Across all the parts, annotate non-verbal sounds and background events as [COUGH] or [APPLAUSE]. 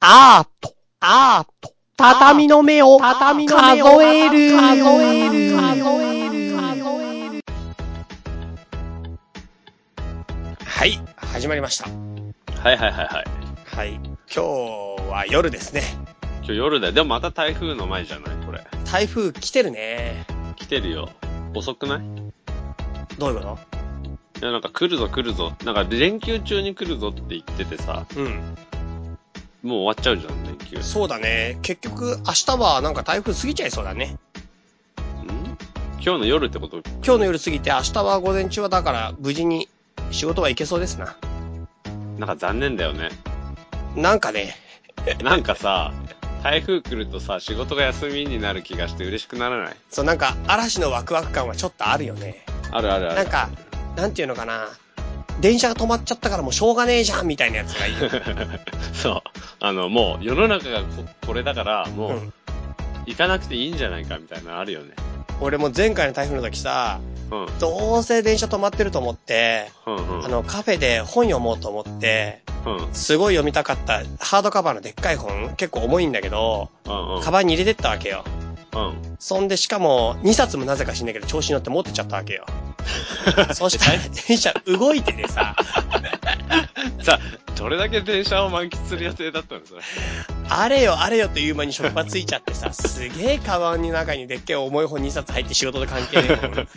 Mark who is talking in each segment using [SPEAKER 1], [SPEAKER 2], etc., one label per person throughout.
[SPEAKER 1] アート、アート、畳の目を、畳の目を数える、数える、数える、数える。はい、始まりました。
[SPEAKER 2] はいはいはいはい。
[SPEAKER 1] はい。今日は夜ですね。
[SPEAKER 2] 今日夜だよ。でもまた台風の前じゃないこれ。
[SPEAKER 1] 台風来てるね。
[SPEAKER 2] 来てるよ。遅くない
[SPEAKER 1] どういうこ
[SPEAKER 2] いや、なんか来るぞ来るぞ。なんか連休中に来るぞって言っててさ、
[SPEAKER 1] とうん。
[SPEAKER 2] もう終わっちゃうじゃん、連休。ん
[SPEAKER 1] そうだね。結局、明日はなんか台風過ぎちゃいそうだね。
[SPEAKER 2] 今日の夜ってこと
[SPEAKER 1] 今日の夜過ぎて、明日は午前中はだから、無事に仕事は行けそうですな。
[SPEAKER 2] なんか残念だよね。
[SPEAKER 1] なんかね、
[SPEAKER 2] なんかさ、台風来るとさ、仕事が休みになる気がして嬉しくならない
[SPEAKER 1] そうなんか嵐のワクワク感はちょっとあるよね。
[SPEAKER 2] あるあるある。
[SPEAKER 1] なんか、なんていうのかな。電車が止まっちゃったからもうしょうがねえじゃんみたいなやつがいい。
[SPEAKER 2] [LAUGHS] そう。あの、もう世の中がここれだから、もう、
[SPEAKER 1] うん
[SPEAKER 2] 行かなくていいんじゃないかみたいなのあるよね。
[SPEAKER 1] 俺も前回の台風の時さ、
[SPEAKER 2] うん。
[SPEAKER 1] どうせ電車止まってると思って、
[SPEAKER 2] うんうん。
[SPEAKER 1] あのカフェで本読もうと思って、
[SPEAKER 2] うん。うん
[SPEAKER 1] すごい読みたかったハードカバーのでっかい本、結構重いんだけど、
[SPEAKER 2] うん。
[SPEAKER 1] カバンに入れてったわけよ。
[SPEAKER 2] うん。
[SPEAKER 1] そんでしかも2冊もなぜか知んないけど調子に乗って持ってっちゃったわけ
[SPEAKER 2] [LAUGHS]
[SPEAKER 1] よ。そしたら電車動いててさ、
[SPEAKER 2] さあ、どれだけ電車を満喫する予定だったんですか
[SPEAKER 1] あれよあれよという間に職場ついちゃってさ、すげえカバンの中にでっけえ重い本2冊入って仕事と関係ねえもん。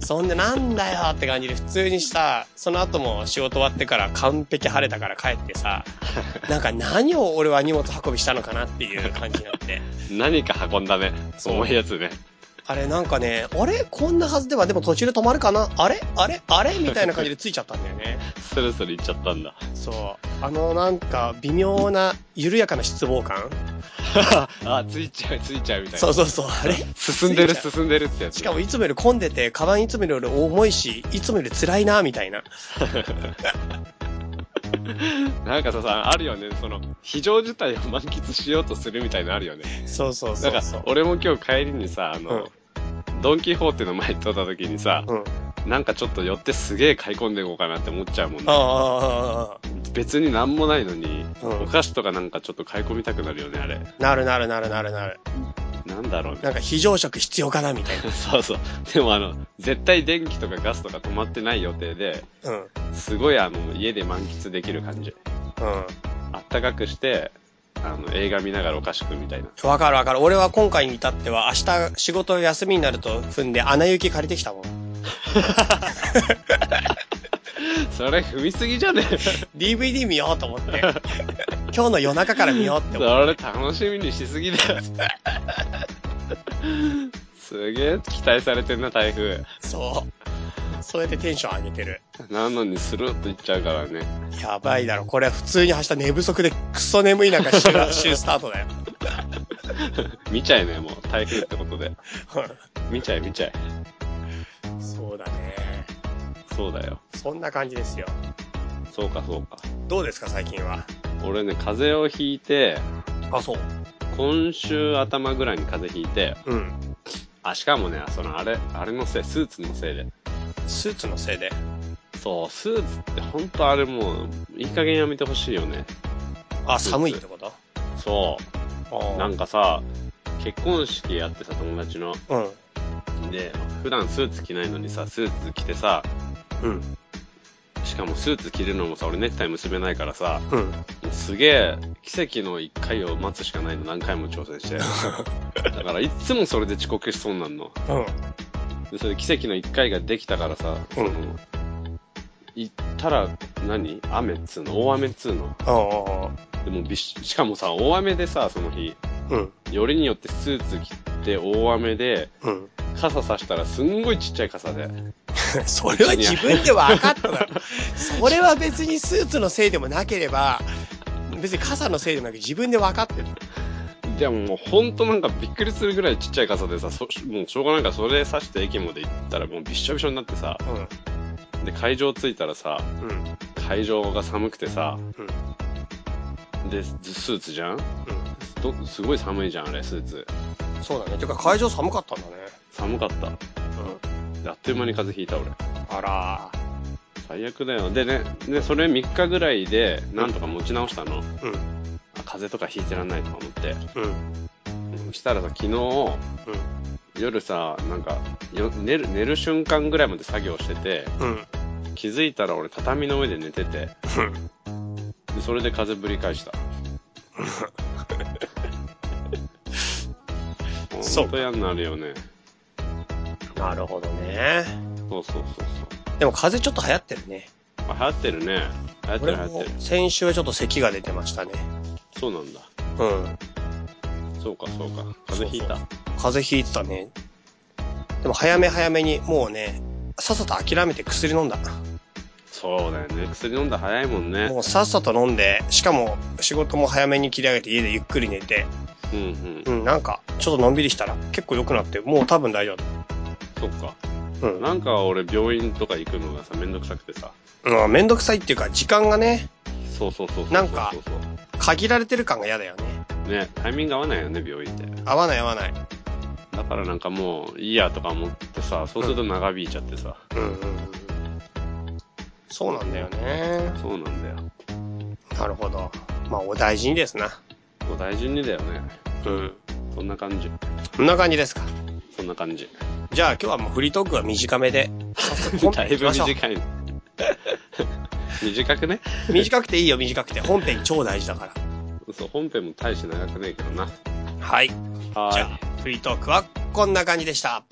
[SPEAKER 1] そんでなんだよって感じで普通にさ、その後も仕事終わってから完璧晴れたから帰ってさ、なんか何を俺は荷物運びしたのかなっていう感じになって。
[SPEAKER 2] 何か運んだね。
[SPEAKER 1] そう
[SPEAKER 2] 重いやつね。
[SPEAKER 1] あれなんかね、あれこんなはずではでも途中で止まるかなあれあれあれみたいな感じでついちゃったんだよね。
[SPEAKER 2] スルスルいっちゃったんだ。
[SPEAKER 1] そう。あのなんか微妙な緩やかな失望感。
[SPEAKER 2] あ、ついちゃう、ついちゃうみたい
[SPEAKER 1] そ
[SPEAKER 2] な
[SPEAKER 1] う。そうそう。あれ
[SPEAKER 2] 進んでる、
[SPEAKER 1] ついちゃう
[SPEAKER 2] 進んでるってやつ。
[SPEAKER 1] しかもいつもより混んでて、カバンいつもより重いし、いつもより辛いな、みたいな。
[SPEAKER 2] なんかさ、さあるよね。その、非常事態を満喫しようとするみたいなのあるよね。
[SPEAKER 1] そうそう
[SPEAKER 2] な
[SPEAKER 1] そ
[SPEAKER 2] んか
[SPEAKER 1] うそう。、
[SPEAKER 2] 俺も今日帰りにさ、あの、ドンキホーテの前通った時にさ、
[SPEAKER 1] うん。あ
[SPEAKER 2] なんかちょっと寄ってすげえ買い込んでいこうかなって思っちゃうもんね。
[SPEAKER 1] あ、
[SPEAKER 2] 別になんもないのに、
[SPEAKER 1] うん
[SPEAKER 2] お菓子とかなんかちょっと買い込みたくなるよね、あれ。
[SPEAKER 1] なるなるなるなるなる。
[SPEAKER 2] なんだろうね。
[SPEAKER 1] なんか非常食必要かな、みたい
[SPEAKER 2] そうそう。でもあの、絶対電気とかガスとか止まってない予定で、
[SPEAKER 1] な。うん。
[SPEAKER 2] すごいあの、家で満喫できる感じ。
[SPEAKER 1] う
[SPEAKER 2] あったかくして、あの、映画見ながらお菓子食うみたいな。
[SPEAKER 1] ん。わかるわかる。俺は今回に至っては、明日仕事休みになると踏んで、穴行き借りてきたもん。
[SPEAKER 2] それ踏みすぎじゃねえそ
[SPEAKER 1] DVD 見ようと思って。今日の夜中から見ようって思って。
[SPEAKER 2] れ楽しみにしすぎだよ。すげえ期待されてんな、台風。
[SPEAKER 1] そう。それでテンション上げてる。
[SPEAKER 2] なのにスルッといっちゃうからね。
[SPEAKER 1] やばいだろ。これは普通に明日寝不足でクソ眠い中週、週スタートだよ。
[SPEAKER 2] 見ちゃいね、もう。台風ってことで。
[SPEAKER 1] うん
[SPEAKER 2] 見ちゃい、見ちゃい。
[SPEAKER 1] そうだね。
[SPEAKER 2] そうだよ。
[SPEAKER 1] そんな感じですよ。
[SPEAKER 2] そうか、そうか。
[SPEAKER 1] どうですか、最近は。
[SPEAKER 2] 俺ね、風邪をひいて、
[SPEAKER 1] あ、そう。
[SPEAKER 2] 今週頭ぐらいに風邪ひいて、
[SPEAKER 1] うん。
[SPEAKER 2] あ、しかもね、そのあれ、あれのせい、スーツのせいで。
[SPEAKER 1] スーツのせいで。
[SPEAKER 2] そう、スーツってほんとあれもう、いい加減やめてほしいよね。
[SPEAKER 1] あ、
[SPEAKER 2] スーツ
[SPEAKER 1] 寒いってこと
[SPEAKER 2] そ
[SPEAKER 1] あ
[SPEAKER 2] う。なんかさ、結婚式やってさ、友達の。
[SPEAKER 1] うん。
[SPEAKER 2] で、普段スーツ着ないのにさ、スーツ着てさ、
[SPEAKER 1] うん。
[SPEAKER 2] しかもスーツ着るのもさ、俺ネクタイ結べないからさ、
[SPEAKER 1] うん。
[SPEAKER 2] もうすげえ、奇跡の一回を待つしかないの何回も挑戦 [LAUGHS] して。だからいつもそれで遅刻しそうになんの。
[SPEAKER 1] うん。
[SPEAKER 2] でそれで奇跡の1回ができたからさ、その行ったら何雨っつうの大雨っつうの
[SPEAKER 1] あ
[SPEAKER 2] でもびししかもさ大雨でさその日
[SPEAKER 1] あ。うん。
[SPEAKER 2] よりによってスーツ着て大雨で
[SPEAKER 1] うん。
[SPEAKER 2] 傘さしたらすんごいちっちゃい傘で
[SPEAKER 1] [LAUGHS] それは自分では分かっただろ。 [LAUGHS] それは別にスーツのせいでもなければ、別に傘のせいでもなく自分で分かってる。
[SPEAKER 2] でももうほんとなんかびっくりするぐらいちっちゃい傘でさそもうしょうがないからそれさして駅まで行ったらもうびっしょびしょになってさ
[SPEAKER 1] う
[SPEAKER 2] で会場着いたらさ
[SPEAKER 1] ん。うん。
[SPEAKER 2] 会場が寒くてさ
[SPEAKER 1] うん。
[SPEAKER 2] でスーツじゃんどすごい寒いじゃんあれスーツ
[SPEAKER 1] うん。そうだね。てか会場寒かったんだね。
[SPEAKER 2] 寒かったであっという間に風邪ひいた
[SPEAKER 1] う
[SPEAKER 2] 俺。
[SPEAKER 1] ん。あら
[SPEAKER 2] 最悪だよ。でね、で、それ3日ぐらいで、なんとか持ち直したの。
[SPEAKER 1] うん。
[SPEAKER 2] あ風邪とかひいてらんないとか思って。
[SPEAKER 1] うん。
[SPEAKER 2] そしたらさ、昨日、夜さ、なんかよ寝る、寝る瞬間ぐらいまで作業してて、
[SPEAKER 1] うん。うん。
[SPEAKER 2] 気づいたら俺畳の上で寝てて、でそれで風ぶり
[SPEAKER 1] [LAUGHS]
[SPEAKER 2] 返した。
[SPEAKER 1] そう
[SPEAKER 2] 本当嫌になるよね。
[SPEAKER 1] なるほどね。
[SPEAKER 2] そうそうそうそ
[SPEAKER 1] でも風邪ちょっと流行ってるね。
[SPEAKER 2] う。あ、流行ってるね。流行って
[SPEAKER 1] 俺
[SPEAKER 2] る流行っ
[SPEAKER 1] も
[SPEAKER 2] てる。
[SPEAKER 1] 先週はちょっと咳が出てましたね。
[SPEAKER 2] そうなんだ。
[SPEAKER 1] うん。
[SPEAKER 2] そうかそうか。風邪ひいた。
[SPEAKER 1] そうそう風邪ひいてたね。でも早め早めに、もうね、さっさと諦めて薬飲んだ。
[SPEAKER 2] そうだよね。薬飲んだ早いもんね。
[SPEAKER 1] もうさっさと飲んで、しかも仕事も早めに切り上げて家でゆっくり寝て、
[SPEAKER 2] うんうん
[SPEAKER 1] う。ん、なんか、ちょっとのんびりしたら結構良くなって、もう多分大丈
[SPEAKER 2] そっか。
[SPEAKER 1] 夫。うん。
[SPEAKER 2] なんか俺病院とか行くのがさ、めんどくさくてさ。
[SPEAKER 1] うん、めんどくさいっていうか、時間がね、
[SPEAKER 2] そうそうそうそうそうそう。
[SPEAKER 1] なんか限られてる感が嫌だよね。
[SPEAKER 2] ね、タイミング合わないよね、病院って。
[SPEAKER 1] 合わない合わない。
[SPEAKER 2] だからなんかもう、いいやとか思ってさ、そうすると長引いちゃってさ。
[SPEAKER 1] うんうんうん。そうなんだよね。
[SPEAKER 2] そうなんだよ。
[SPEAKER 1] なるほど。まあ、お大事にですな。
[SPEAKER 2] もう大事にだよね。
[SPEAKER 1] うん。
[SPEAKER 2] そんな感じ。
[SPEAKER 1] こんな感じですか。
[SPEAKER 2] そんな感じ。
[SPEAKER 1] じゃあ今日はもうフリートークは短め [LAUGHS] で。早速本 [LAUGHS]
[SPEAKER 2] だ
[SPEAKER 1] 編行
[SPEAKER 2] い
[SPEAKER 1] き
[SPEAKER 2] ぶ
[SPEAKER 1] ましょう。
[SPEAKER 2] 短い。 [LAUGHS] 短くね
[SPEAKER 1] 短くていいよ、短くて。本編超大事だから。
[SPEAKER 2] そう、本編も大して長くねえけどな。
[SPEAKER 1] はい。じゃ
[SPEAKER 2] は
[SPEAKER 1] あ、フリートークはこんな感じでした。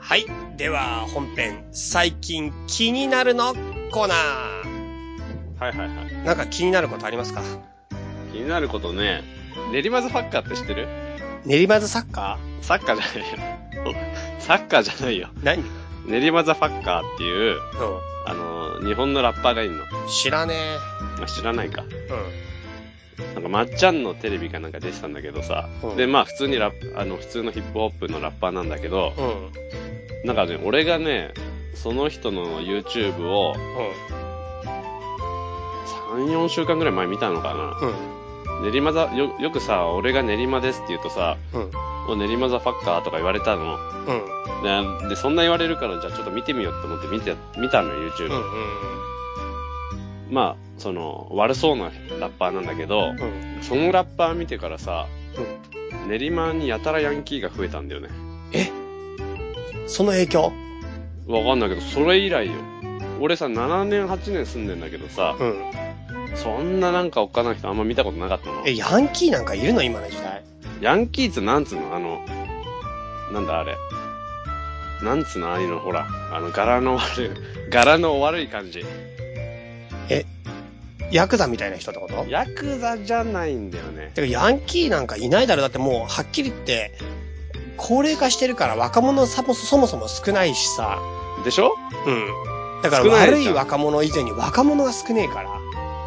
[SPEAKER 1] はい。では、本編、最近気になるのコーナー。
[SPEAKER 2] ーい。はいはいはい。
[SPEAKER 1] なんか気になることありますか
[SPEAKER 2] 気になることね、練馬ズサッカーって知ってる
[SPEAKER 1] 練馬ズサッカ
[SPEAKER 2] サッカーじゃないよ。 [LAUGHS] サッカーじゃないよ。
[SPEAKER 1] ー何う
[SPEAKER 2] 練馬ザファッカーっていう、
[SPEAKER 1] ん。
[SPEAKER 2] あの、日本のラッパーがいるの。
[SPEAKER 1] 知らねえ。
[SPEAKER 2] まあ知らないか。
[SPEAKER 1] う
[SPEAKER 2] なんか、まっちゃんのテレビかなんか出てたんだけどさ。
[SPEAKER 1] うん
[SPEAKER 2] で、まあ、普通にラップ、あの、普通のヒップホップのラッパーなんだけど、
[SPEAKER 1] ん。うん。
[SPEAKER 2] なんかね、俺がね、その人の YouTube を3、4週間ぐらい前見たのかな。
[SPEAKER 1] うん。
[SPEAKER 2] 練馬ザ、よ、よくさ、俺が練馬ですって言うとさ、
[SPEAKER 1] うん。
[SPEAKER 2] お練馬ザファッカーとか言われたの。
[SPEAKER 1] うん。
[SPEAKER 2] で、でそんな言われるから、じゃあちょっと見てみようと思って見て、見たのよ、
[SPEAKER 1] うん。う
[SPEAKER 2] YouTube。
[SPEAKER 1] ん。
[SPEAKER 2] まあ、その、悪そうなラッパーなんだけど、
[SPEAKER 1] うん。うん。
[SPEAKER 2] そのラッパー見てからさ、練馬にやたらヤンキーが増えたんだよね。
[SPEAKER 1] その影響
[SPEAKER 2] わかんないけど、それ以来よ。俺さ、7年、8年住んでんだけどさ、
[SPEAKER 1] うん。
[SPEAKER 2] そんななんかおっかない人あんま見たことなかったの。
[SPEAKER 1] え、ヤンキーなんかいるの今の時代。
[SPEAKER 2] ヤンキーってなんつうのあの、なんだあれ。なんつうのああいうの、ほら、あの、柄の悪い、柄の悪い感じ。
[SPEAKER 1] ヤクザみたいな人ってこと
[SPEAKER 2] ヤクザじゃないんだよね。
[SPEAKER 1] てか、ヤンキーなんかいないだろ。だってもう、はっきり言って、高齢化してるから若者さもそもそも少ないしさ。
[SPEAKER 2] でしょ
[SPEAKER 1] うん。だから
[SPEAKER 2] 少ないじ
[SPEAKER 1] 悪い
[SPEAKER 2] ゃん
[SPEAKER 1] 若者以前に若者が少ねえから。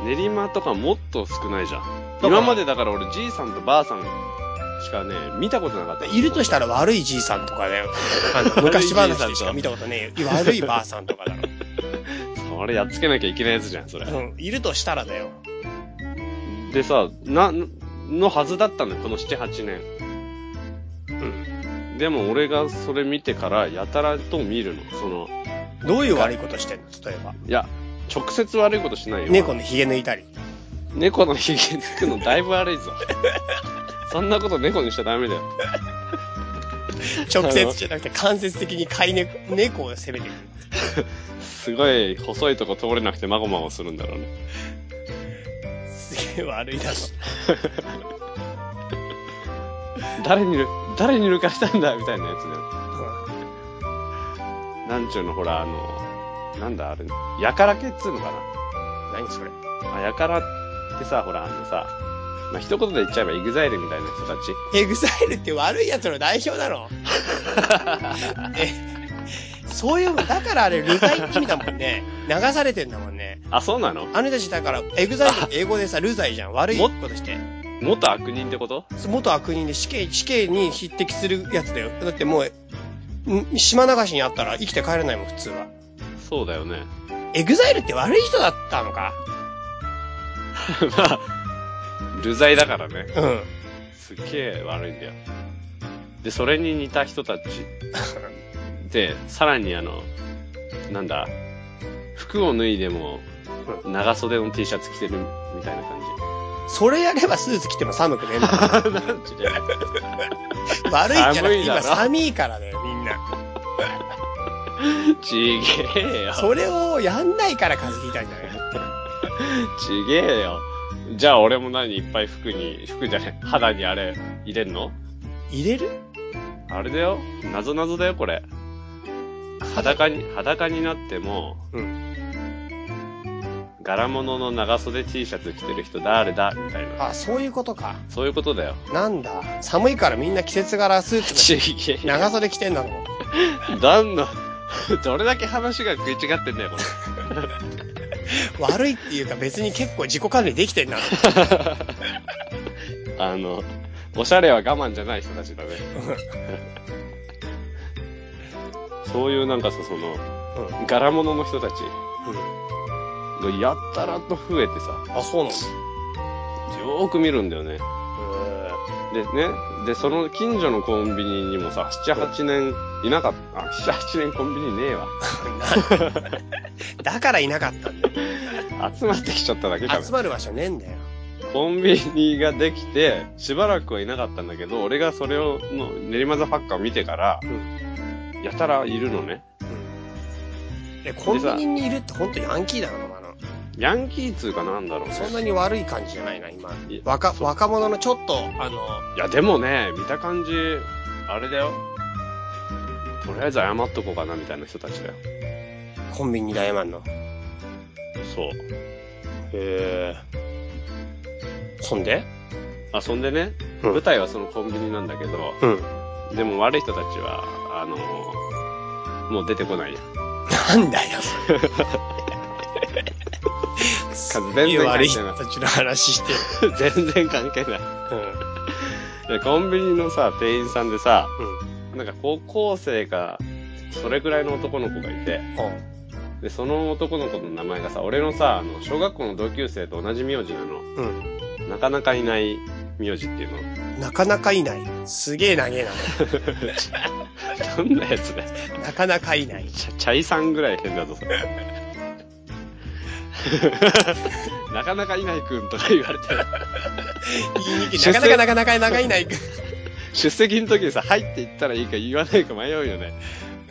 [SPEAKER 2] 練馬とかもっと少ないじゃん。
[SPEAKER 1] から
[SPEAKER 2] 今までだから俺じいさんとばあさんしかね、見たことなかった。
[SPEAKER 1] いるとしたら悪いじいさんとかだよ。あ [LAUGHS] の昔話でしか見たことねえよ。悪いばあさんとかだろ。
[SPEAKER 2] それやっつけなきゃいけないやつじゃん、それ。
[SPEAKER 1] うん。いるとしたらだよ。
[SPEAKER 2] でさ、な、のはずだったのよ、この7、8年。
[SPEAKER 1] うん。
[SPEAKER 2] でも俺がそれ見てから、やたらと見るの。その、
[SPEAKER 1] どういう悪いことしてんの例えば。
[SPEAKER 2] いや、直接悪いことしないよ。
[SPEAKER 1] 猫の髭抜いたり。
[SPEAKER 2] 猫の髭抜くのだいぶ悪
[SPEAKER 1] [LAUGHS]
[SPEAKER 2] いぞ。そんなこと猫にしちゃダメだよ。
[SPEAKER 1] 直接じゃなくて間接的に飼い猫、猫を責めてくる。
[SPEAKER 2] すごい細いとこ通れなくてまごまごするんだろうね。
[SPEAKER 1] すげえ悪いだろ。
[SPEAKER 2] 誰にぬ、誰に抜かしたんだみたいなやつだよ。なんちゅうの、ほら、あの、なんだ、あれ、やからけっつうのか
[SPEAKER 1] うん何それ
[SPEAKER 2] な。あ、やからってさ、ほら、あのさ、まあ、一言で言っちゃえばエグザイルみたいな人たち。
[SPEAKER 1] エグザイルって悪い奴の代表なの [LAUGHS] え、そういう、だからあれ、ルザイって意味だもんね。流されてんだもんね。
[SPEAKER 2] あ、そうなの
[SPEAKER 1] あの人たちだから、エグザイルって英語でさ、ルザイじゃん。悪いことして。
[SPEAKER 2] 元悪人ってこと
[SPEAKER 1] 元悪人で死刑、死刑に匹敵するやつだよ。だってもう、ん島流しにあったら生きて帰れないもん、普通は。
[SPEAKER 2] そうだよね。
[SPEAKER 1] エグザイルって悪い人だったのか
[SPEAKER 2] [LAUGHS] まあ、流罪だからね。
[SPEAKER 1] うん。
[SPEAKER 2] すっげえ悪いんだよ。で、それに似た人たち。で、さらにあの、なんだ、服を脱いでも、長袖の T シャツ着てるみたいな感じ。
[SPEAKER 1] それやればスーツ着ても寒くねえんだ [LAUGHS] よ
[SPEAKER 2] なんちゅうね
[SPEAKER 1] 悪いんじゃなくて、
[SPEAKER 2] 寒いだろ
[SPEAKER 1] 今寒いからね、みんな。
[SPEAKER 2] ちげえよ。
[SPEAKER 1] それをやんないから風邪ひいたんじゃない
[SPEAKER 2] ちげえよ。じゃあ俺も何いっぱい服に、服じゃない、肌にあれ入れんの
[SPEAKER 1] 入れる
[SPEAKER 2] あれだよ。なぞなぞだよ、これ。裸に、裸になっても、
[SPEAKER 1] う
[SPEAKER 2] 柄物の長袖 T シャツ着てる人誰だみたいな。
[SPEAKER 1] あ、そういうことか。
[SPEAKER 2] そういうことだよ。
[SPEAKER 1] なんだ。寒いからみんな季節柄スーツ
[SPEAKER 2] [LAUGHS] ちげえ
[SPEAKER 1] の長袖着てんだろう。
[SPEAKER 2] 何の、どれだけ話が食い違ってんだよ、これ。
[SPEAKER 1] 悪いっていうか別に結構自己管理できてんな。
[SPEAKER 2] あの、おしゃれは我慢じゃない人たちだね。そういうなんかさ、その、
[SPEAKER 1] う
[SPEAKER 2] 柄物の人たち
[SPEAKER 1] ん。うん。
[SPEAKER 2] がやったらと増えてさ、
[SPEAKER 1] あ、そうなんだ。
[SPEAKER 2] よーく見るんだよね。でね、で、その近所のコンビニにもさ、7、8年いなかった、あ、7、8年コンビニねえわ。
[SPEAKER 1] だからいなかったんだよ
[SPEAKER 2] 集まってきちゃっただけかな
[SPEAKER 1] 集。まる場所ねえんだよ。
[SPEAKER 2] コンビニができて、しばらくはいなかったんだけど、俺がそれを、の、練馬ザファッカーを見てから、やたらいるのね。
[SPEAKER 1] え、コンビニにいるって本当ヤンキーだな、お前の。
[SPEAKER 2] ヤンキー通かなんだろうね。
[SPEAKER 1] そんなに悪い感じじゃないな、今
[SPEAKER 2] いや。
[SPEAKER 1] 若、
[SPEAKER 2] そう
[SPEAKER 1] 若者のちょっと、あの、
[SPEAKER 2] いや、でもね、見た感じ、あれだよ。とりあえず謝っとこうかな、みたいな人たちだよ。
[SPEAKER 1] コンビニで謝んの。
[SPEAKER 2] そう。
[SPEAKER 1] へえ。そんで
[SPEAKER 2] あ、そんでね、
[SPEAKER 1] うん
[SPEAKER 2] 舞台はそのコンビニなんだけど、
[SPEAKER 1] うん。
[SPEAKER 2] でも悪い人たちは、あのもう出てこないや。
[SPEAKER 1] なんだよ、そ
[SPEAKER 2] 全
[SPEAKER 1] れ。
[SPEAKER 2] 然関
[SPEAKER 1] 悪い
[SPEAKER 2] 係
[SPEAKER 1] 人
[SPEAKER 2] ない
[SPEAKER 1] たちの話してる。
[SPEAKER 2] [LAUGHS] 全然関係ない。で、コンビニのさ、店員さんでさ、
[SPEAKER 1] うん。
[SPEAKER 2] なんか高校生か、それくらいの男の子がいて、
[SPEAKER 1] うん。
[SPEAKER 2] で、その男の子の名前がさ、俺のさ、あの、小学校の同級生と同じ名字なの。
[SPEAKER 1] うん。
[SPEAKER 2] なかなかいない名字っていうの。
[SPEAKER 1] [LAUGHS]
[SPEAKER 2] [LAUGHS]
[SPEAKER 1] なかなかいない。すげえ長え
[SPEAKER 2] どんなやつだよ。
[SPEAKER 1] な。なかなかいない。
[SPEAKER 2] チャチャイさんぐらい変だぞ、そ [LAUGHS] れ。なかなかいないくんとか言われて、
[SPEAKER 1] 言いにくい。なかなかなかなかなかいない。
[SPEAKER 2] 出席の時にさ、入って言ったらいいか言わないか迷うよね。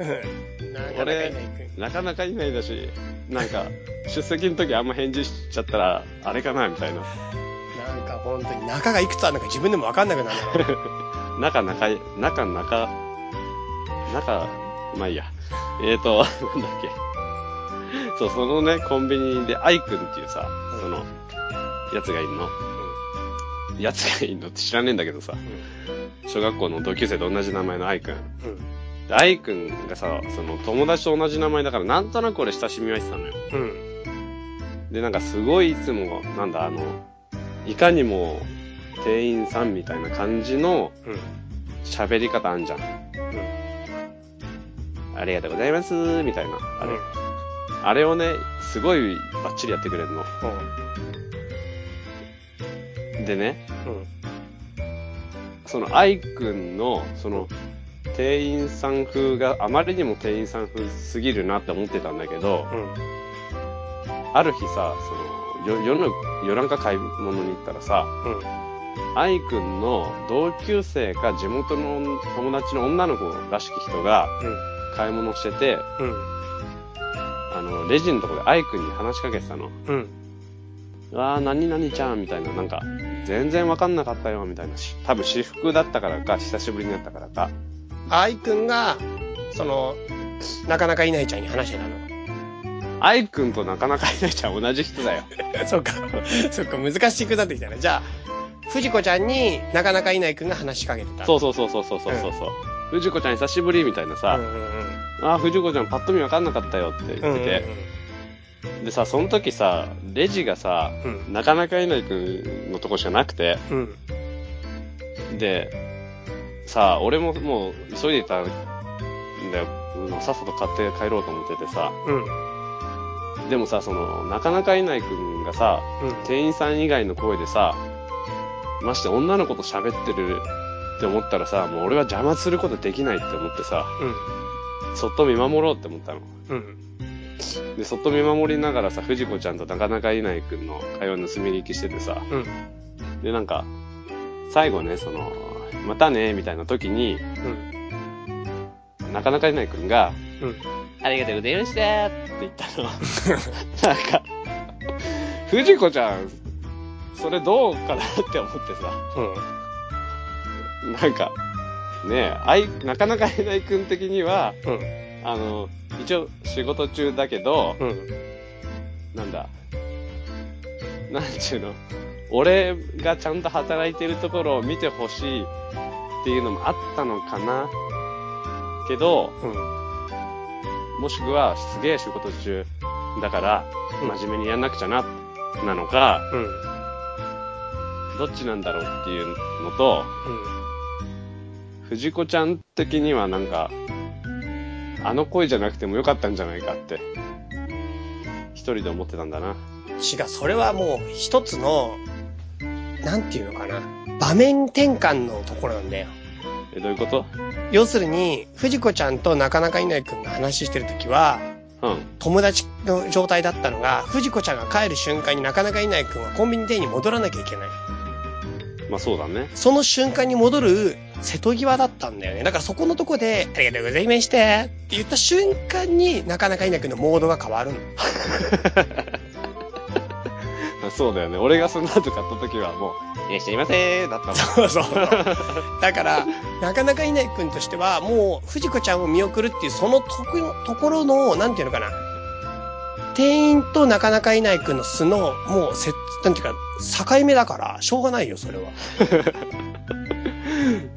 [SPEAKER 1] うんなかなかいない。
[SPEAKER 2] なかなかいないだし、なんか、出席の時あんま返事しちゃったら、あれかなみたいな。
[SPEAKER 1] なんか本当に中がいくつあるのか自分でもわかんなくなるのよ。
[SPEAKER 2] 中中い、中中、中、まあいいや。えーと、 [LAUGHS] なんだっけ。そう、そのね、コンビニで、アイくんっていうさ、その、やつがいんの。やつがいんのって知らねえんだけどさ、小学校の同級生と同じ名前のアイくん。
[SPEAKER 1] うん。
[SPEAKER 2] でアイくんがさ、その友達と同じ名前だから、なんとなく俺親しみはしてたのよ。
[SPEAKER 1] うん。うん。
[SPEAKER 2] で、なんかすごいいつも、なんだ、あの、いかにも店員さんみたいな感じの
[SPEAKER 1] うん。
[SPEAKER 2] 喋り方あんじゃん。ありがとうございます、みたいな。あれ、あれをね、すごいバッチリやってくれるの。でね、
[SPEAKER 1] うん。
[SPEAKER 2] その愛くんの、その、店員さん風があまりにも店員さん風すぎるなって思ってたんだけど、
[SPEAKER 1] うん。
[SPEAKER 2] ある日さ、その、よ夜の、夜中買い物に行ったらさ、
[SPEAKER 1] うん。
[SPEAKER 2] 愛くんの同級生か地元の友達の女の子らしき人が買い物してて、
[SPEAKER 1] うん。
[SPEAKER 2] あの、レジのとこで愛くんに話しかけてたの。
[SPEAKER 1] うん。うん。
[SPEAKER 2] ああ、何々ちゃんみたいな、なんか、全然わかんなかったよ、みたいな。し多分私服だったからか、久しぶりになったからか。
[SPEAKER 1] 愛くんが、その、なかなかいないちゃんに話してたの。
[SPEAKER 2] 愛くんとなかなかいないちゃん同じ人だよ。
[SPEAKER 1] そっか。そっか、難しくなってきたね。じゃあ、藤子ちゃんになかなかいないくんが話しかけてた。。
[SPEAKER 2] そううそうそうそうそうそうそう。藤子ちゃん久しぶりみたいな
[SPEAKER 1] うん
[SPEAKER 2] さ、
[SPEAKER 1] うんうん。
[SPEAKER 2] ああ、藤子ちゃんパッと見わかんなかったよって
[SPEAKER 1] う
[SPEAKER 2] 言
[SPEAKER 1] ん
[SPEAKER 2] っ
[SPEAKER 1] うん
[SPEAKER 2] てて、でさ、その時さ、レジがさ、
[SPEAKER 1] うん。
[SPEAKER 2] なかなかいないくんのとこしかなくて、
[SPEAKER 1] うん。
[SPEAKER 2] で、さあ、俺ももう急いでたんだよ。さっさと買って帰ろうと思っててさ。
[SPEAKER 1] うん。
[SPEAKER 2] でもさ、その、なかなかいないくんがさ、
[SPEAKER 1] うん。
[SPEAKER 2] 店員さん以外の声でさ、まして女の子と喋ってるって思ったらさ、もう俺は邪魔することできないって思ってさ、
[SPEAKER 1] うん。
[SPEAKER 2] そっと見守ろうって思ったの。
[SPEAKER 1] うん。
[SPEAKER 2] で、そっと見守りながらさ、藤子ちゃんとなかなかいないくんの会話盗み聞きしててさ、
[SPEAKER 1] うん。
[SPEAKER 2] で、なんか、最後ね、その、またね、みたいな時に、
[SPEAKER 1] うん。
[SPEAKER 2] なかなかいないくんが、
[SPEAKER 1] うん。
[SPEAKER 2] ありがとうございましたって言ったの。 [LAUGHS] なんか、藤子ちゃん、それどうかなって思ってさ、
[SPEAKER 1] うん。
[SPEAKER 2] [LAUGHS] なんか、ねえ、あい、なかなか [LAUGHS] いないくん的には、
[SPEAKER 1] うん。
[SPEAKER 2] あの、一応仕事中だけど、
[SPEAKER 1] うん。
[SPEAKER 2] なんだ、なんちゅうの、俺がちゃんと働いてるところを見てほしいっていうのもあったのかな。けど、
[SPEAKER 1] うん。
[SPEAKER 2] もしくは、すげえ仕事中だから、
[SPEAKER 1] うん
[SPEAKER 2] 真面目にやんなくちゃな、なのか、
[SPEAKER 1] うん。
[SPEAKER 2] どっちなんだろうっていうのと、藤子ちゃん的にはなんか、あの恋じゃなくてもよかったんじゃないかって、一人で思ってたんだな。
[SPEAKER 1] 違う、それはもう一つの、なんていうのかな。場面転換のところなんだよ。
[SPEAKER 2] え、どういうこと
[SPEAKER 1] 要するに、藤子ちゃんとなかなかいないくんが話してるときは、
[SPEAKER 2] うん。
[SPEAKER 1] 友達の状態だったのが、藤子ちゃんが帰る瞬間になかなかいないくんはコンビニ店員に戻らなきゃいけない。
[SPEAKER 2] まあそうだね。 [LAUGHS]
[SPEAKER 1] その瞬間に戻る瀬戸際だったんだよね。だからそこのとこで、ありがとうございましたって言った瞬間になかなかいないくんのモードが変わるの。
[SPEAKER 2] まあそうだよね。俺がその後買った時はもう、いらっしゃいませーだったもん。
[SPEAKER 1] そうそう。だから、なかなかいないくんとしては、もう、藤子ちゃんを見送るっていう、そのとこところの、なんていうのかな。店員となかなかいないくんの素の、もう、せ、なんていうか、境目だから、しょうがないよ、それは。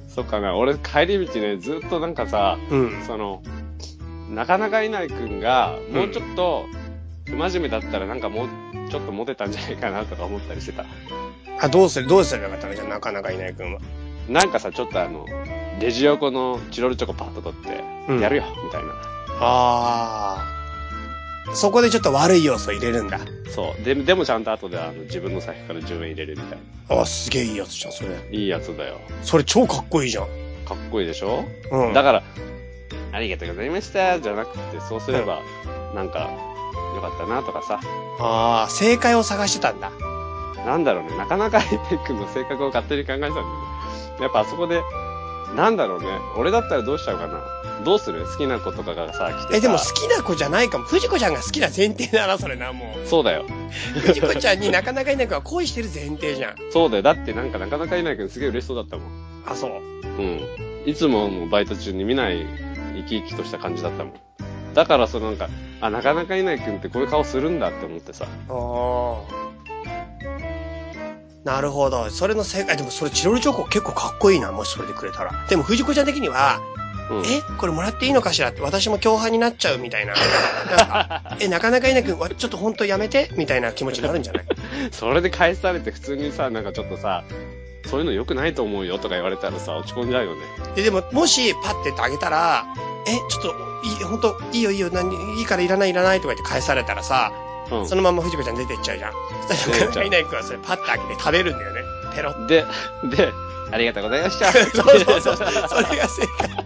[SPEAKER 2] そっかな。俺帰り道ね、ずっとなんかさ、
[SPEAKER 1] うん。
[SPEAKER 2] その、なかなかいないくんが、もうちょっと、不真面目だったらなんかもうちょっとモテたんじゃないかなとか思ったりしてた。
[SPEAKER 1] あ、どうする、どうすればよかったのじゃあ、なかなかいないくんは。
[SPEAKER 2] なんかさ、ちょっとあの、レジ横のチロルチョコパッと取って、
[SPEAKER 1] うん
[SPEAKER 2] やるよ、みたいな。
[SPEAKER 1] ああ。そこでちょっと悪い要素入れるんだ。
[SPEAKER 2] そう。で、でもちゃんと後であの自分の財布から10円入れるみたいな。
[SPEAKER 1] ああ、すげえいいやつじゃん、それ。
[SPEAKER 2] いいやつだよ。
[SPEAKER 1] それ超かっこいいじゃん。
[SPEAKER 2] かっこいいでしょ、
[SPEAKER 1] うん。
[SPEAKER 2] だから、ありがとうございました、じゃなくて、そうすれば、なんか、よかったなとかさ。
[SPEAKER 1] ああ、正解を探してたんだ。
[SPEAKER 2] なんだろうね、なかなかエイペックの性格を勝手に考えてたんだけど、やっぱあそこで、なんだろうね、俺だったらどうしちゃうかな。どうする好きな子とかがさ、来てさ。
[SPEAKER 1] え、でも好きな子じゃないかも。藤子ちゃんが好きな前提だな、それな、もう。
[SPEAKER 2] そうだよ。
[SPEAKER 1] 藤子ちゃんになかなかいない子は恋してる前提じゃん。
[SPEAKER 2] そうだよ。だってなんかなかなかいないけどすげえ嬉しそうだったもん。
[SPEAKER 1] あ、そう。
[SPEAKER 2] うん。いつももうバイト中に見ない生き生きとした感じだったもん。だからそのなんか、あ、なかなかいない君ってこういう顔するんだって思ってさ。
[SPEAKER 1] ああ。なるほど。それの正解、でもそれチロルチョコ結構かっこいいな、もしそれでくれたら。でも藤子ちゃん的には、
[SPEAKER 2] うん。
[SPEAKER 1] えこれもらっていいのかしらって、私も共犯になっちゃうみたいな。なんか、え、なかなかいないくん、わちょっとほんとやめてみたいな気持ちになるんじゃない
[SPEAKER 2] それで返されて普通にさ、なんかちょっとさ、そういうの良くないと思うよとか言われたらさ、落ち込んじゃうよね。
[SPEAKER 1] で、でも、もし、パッてってあげたら、え、ちょっと、いい、ほんと、いいよいいよ、何、いいからいらないいらないとか言って返されたらさ、
[SPEAKER 2] うん。
[SPEAKER 1] そのまま藤子ちゃん出てっちゃうじゃん。そしたら、なかなかいない子はそれパッて開けて食べるんだよね。 [LAUGHS] ペロッ
[SPEAKER 2] で、で、ありがとうございました。
[SPEAKER 1] [LAUGHS] そうそうそう。それが正解。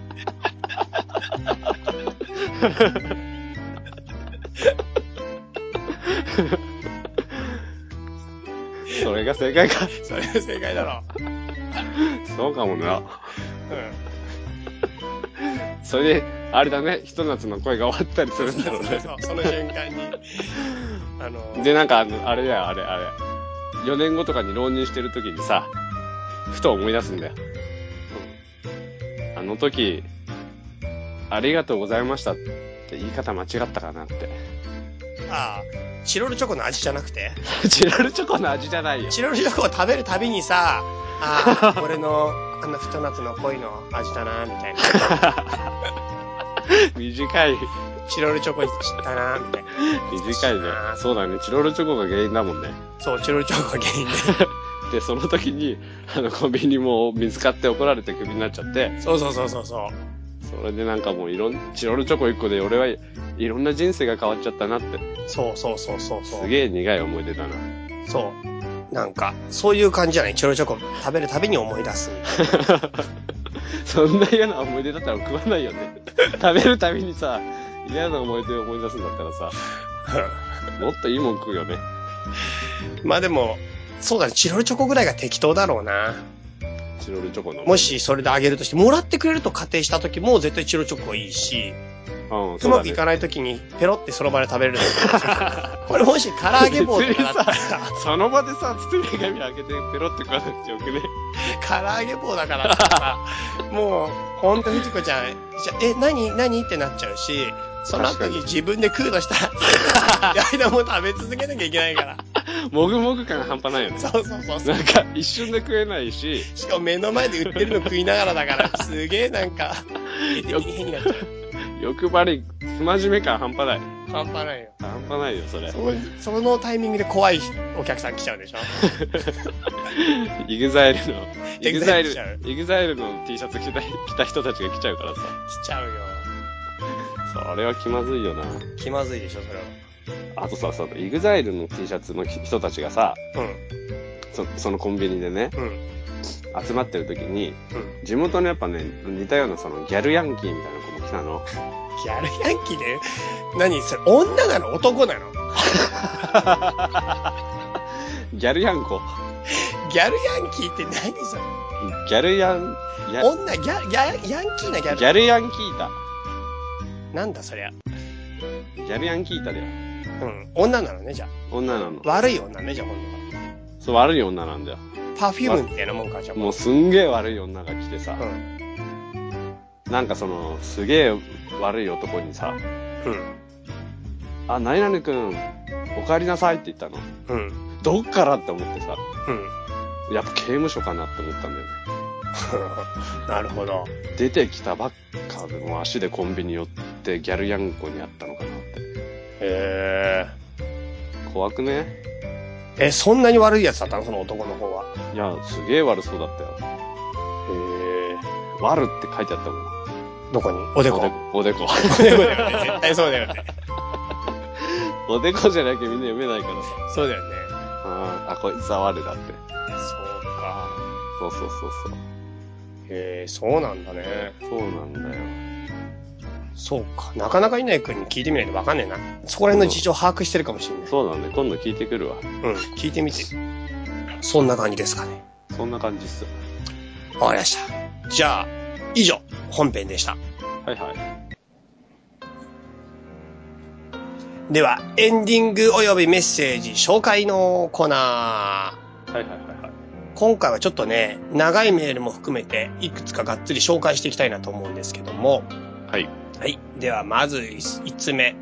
[SPEAKER 2] それが正解か。
[SPEAKER 1] それが正解だろ。
[SPEAKER 2] そうかもな。
[SPEAKER 1] う
[SPEAKER 2] それで、あれだね、ひと夏の声が終わったりするん
[SPEAKER 1] ん。
[SPEAKER 2] だろう
[SPEAKER 1] そう
[SPEAKER 2] ね。
[SPEAKER 1] そう。その瞬間に。あの、
[SPEAKER 2] で、なんかあの、あれだよ、あれ、あれ。4年後とかに浪人してる時にさ、ふと思い出すんだよ。あの時、ありがとうございましたって言い方間違ったかなって。
[SPEAKER 1] ああ、チロルチョコの味じゃなくて、
[SPEAKER 2] チロルチョコの味じゃないよ。
[SPEAKER 1] チロルチョコを食べるたびにさ、あ [LAUGHS] あ、俺の、あの、ひと夏の恋の味だな、みたいな。
[SPEAKER 2] 短 [LAUGHS] い、
[SPEAKER 1] チロルチョコに知ったな、みたいな。
[SPEAKER 2] 短いね。そうだね、チロルチョコが原因だもんね。
[SPEAKER 1] そう、チロルチョコが原因で。
[SPEAKER 2] で、その時に、あの、コンビニも見つかって怒られてクビになっちゃって、
[SPEAKER 1] [LAUGHS] そうそうそうそうそう。
[SPEAKER 2] それでなんかもういろん、チロルチョコ一個で俺はいいろんな人生が変わっちゃったなって、
[SPEAKER 1] そうそうそうそうそう。
[SPEAKER 2] すげえ苦い思い出だな。
[SPEAKER 1] [LAUGHS] そう。なんか、そういう感じじゃないチョロチョコ食べるたびに思い出す。
[SPEAKER 2] [LAUGHS] そんな嫌な思い出だったら食わないよね。食べるたびにさ、嫌な思い出を思い出すんだったらさ、もっといいもん食うよね。
[SPEAKER 1] まあでも、そうだね、チロルチョコぐらいが適当だろうな。
[SPEAKER 2] チロルチョコの。
[SPEAKER 1] も、しそれであげるとして、もらってくれると仮定した時も絶対チロルチョコがいいし、
[SPEAKER 2] うん、
[SPEAKER 1] うまくい
[SPEAKER 2] な
[SPEAKER 1] かない時にペロってその場で食べれる。 [LAUGHS] これもし唐揚げ棒とかだったらさ、
[SPEAKER 2] い。その場でさ、包み紙開けてペロって食わなくてよくね。
[SPEAKER 1] [LAUGHS] 唐揚げ棒だからさ、もう、ほんと藤子ちゃん、じゃえ、何何ってなっちゃうし、その
[SPEAKER 2] 確か
[SPEAKER 1] 後
[SPEAKER 2] に
[SPEAKER 1] に自分で食うとした [LAUGHS] ら、間も食べ続けなきゃいけないから。
[SPEAKER 2] もぐもぐ感半端ないよね。
[SPEAKER 1] そうそうそうそう。
[SPEAKER 2] なんか、一瞬で食えないし、
[SPEAKER 1] しかも目の前で売ってるの食いながらだから、すげえなんか、絵的に変になっちゃう。
[SPEAKER 2] 欲張り、不真面目感半端ない。
[SPEAKER 1] 半端ないよ。
[SPEAKER 2] 半端ないよ、それ。
[SPEAKER 1] そそのタイミングで怖いお客さん来ちゃうでしょ。
[SPEAKER 2] イグザイルの、イグザイ
[SPEAKER 1] EXILE 来ちゃう
[SPEAKER 2] ル、イグザイルの T シャツ着た着た人たちが来ちゃうからさ。
[SPEAKER 1] 来ちゃうよ。
[SPEAKER 2] それは気まずいよな。
[SPEAKER 1] 気まずいでしょ、それは。
[SPEAKER 2] あとさ、その、イグザイルの T シャツの人たちがさ、そそのコンビニでね、
[SPEAKER 1] うん、うん、
[SPEAKER 2] 集まってる時に、
[SPEAKER 1] うん。
[SPEAKER 2] 地元のやっぱね、似たようなそのギャルヤンキーみたいな子も来たの。
[SPEAKER 1] ギャルヤンキーで何それ、女なの男なの
[SPEAKER 2] ギャルヤンコ。
[SPEAKER 1] ギャルヤンキーって何それ
[SPEAKER 2] ギャルヤン、や
[SPEAKER 1] 女、ギャ、ギャ、ヤンキーなギャ
[SPEAKER 2] ギ
[SPEAKER 1] ル。
[SPEAKER 2] ャルヤンキータ。
[SPEAKER 1] なんだそりゃ。
[SPEAKER 2] ギャルヤンキータだよ。
[SPEAKER 1] うん。女なのね、じゃ
[SPEAKER 2] 女なの。
[SPEAKER 1] あ。悪い女ね、じゃあ、ほんと
[SPEAKER 2] そう、悪い女なんだよ。
[SPEAKER 1] は。パフュームみたいなもんか、じゃあ。
[SPEAKER 2] もうすんげえ悪い女が来てさ、
[SPEAKER 1] うん。
[SPEAKER 2] なんかその、すげえ悪い男にさ、
[SPEAKER 1] うん。
[SPEAKER 2] あ、何々くん、お帰りなさいって言ったの。
[SPEAKER 1] うん。 [LAUGHS]
[SPEAKER 2] どっからって思ってさ、
[SPEAKER 1] うん。
[SPEAKER 2] やっぱ刑務所かなって思ったんだよね。
[SPEAKER 1] なるほど。
[SPEAKER 2] 出てきたばっかでも足でコンビニ寄ってギャルヤンコに会ったのかなって。
[SPEAKER 1] へ
[SPEAKER 2] 怖くね
[SPEAKER 1] え。え、そんなに悪いやつだったのその男の方は。
[SPEAKER 2] いや、すげえ悪そうだったよ。
[SPEAKER 1] へえ。
[SPEAKER 2] 悪って書いてあったもん。
[SPEAKER 1] どこにおでこ。
[SPEAKER 2] おでこ。お
[SPEAKER 1] おで
[SPEAKER 2] で [LAUGHS] こ。
[SPEAKER 1] こだよね。絶対そうだよね。
[SPEAKER 2] おでこじゃなきゃみんな読めないからさ。
[SPEAKER 1] そうだよね。
[SPEAKER 2] あーあ、こいつは悪だって。
[SPEAKER 1] そうか。
[SPEAKER 2] そうそうそう
[SPEAKER 1] へえ、そうなんだね。
[SPEAKER 2] そう。そうなんだよ。
[SPEAKER 1] そうか。なかなかいない君に聞いてみないとわかんねえな。そこら辺の事情把握してるかもしんない。
[SPEAKER 2] そうなんだね。今度聞いてくるわ。
[SPEAKER 1] うん。聞いてみて。そんな感じですかね。
[SPEAKER 2] そんな感じっすよ。
[SPEAKER 1] わかりました。じゃあ、以上、本編でした。
[SPEAKER 2] はいはい。
[SPEAKER 1] では、エンディング及びメッセージ紹介のコーナー。
[SPEAKER 2] はいはいはいはい。
[SPEAKER 1] 今回はちょっとね、長いメールも含めて、いくつかがっつり紹介していきたいなと思うんですけども。
[SPEAKER 2] はい。
[SPEAKER 1] はい。では、まず5つ目。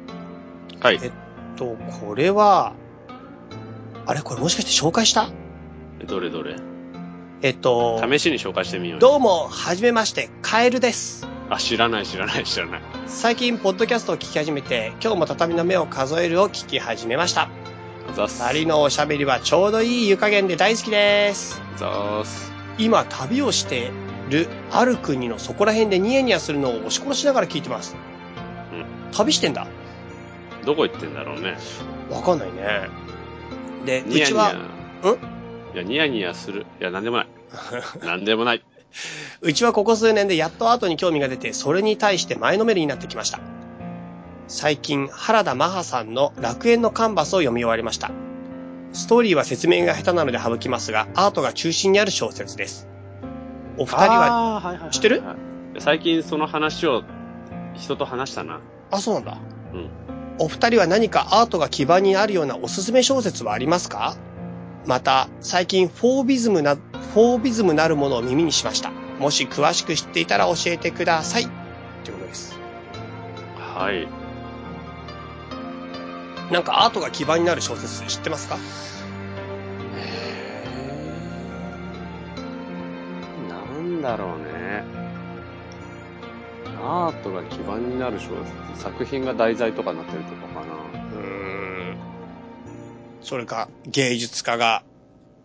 [SPEAKER 2] はい
[SPEAKER 1] え。と、これは、あれこれもしかして紹介した
[SPEAKER 2] どれどれ
[SPEAKER 1] えっと、
[SPEAKER 2] 試しに紹介してみようよ。
[SPEAKER 1] どうも、はじめまして、カエルです。
[SPEAKER 2] あ、知らない知らない知らない。
[SPEAKER 1] 最近、ポッドキャストを聞き始めて、今日も畳の目を数えるを聞き始めました。
[SPEAKER 2] ザス。
[SPEAKER 1] 二人のおしゃべりはちょうどいい湯加減で大好きです。
[SPEAKER 2] ザース。
[SPEAKER 1] 今旅をしてるある国のそこら辺でニヤニヤするのを押し殺しながら聞いてます。
[SPEAKER 2] うん
[SPEAKER 1] 旅してんだ
[SPEAKER 2] どこ行ってんだろうね。
[SPEAKER 1] わかんないね。で、
[SPEAKER 2] ニヤニ
[SPEAKER 1] うちは、
[SPEAKER 2] ヤ。いや、ニヤニヤする。いや、なんで
[SPEAKER 1] [LAUGHS]
[SPEAKER 2] もない。なんでもない。
[SPEAKER 1] うちはここ数年でやっとアートに興味が出て、それに対して前のめりになってきました。最近、原田マハさんの楽園のカンバスを読み終わりました。ストーリーは説明が下手なので省きますが、アートが中心にある小説です。お二人は、
[SPEAKER 2] あーはいはいはいはい
[SPEAKER 1] 知ってる
[SPEAKER 2] 最近その話を人と話したな。
[SPEAKER 1] あ、そうなんだ。
[SPEAKER 2] うん
[SPEAKER 1] お二人は何かアートが基盤にあるようなおすすめ小説はありますかまた、最近フォービズムな、フォービズムなるものを耳にしました。もし詳しく知っていたら教えてください。ってことです。
[SPEAKER 2] はい。
[SPEAKER 1] なんかアートが基盤になる小説知ってますか
[SPEAKER 2] なんだろうね。アートが基盤になる小説、作品が題材とかになってるとこか
[SPEAKER 1] う
[SPEAKER 2] な。
[SPEAKER 1] ーん。それか、芸術家が、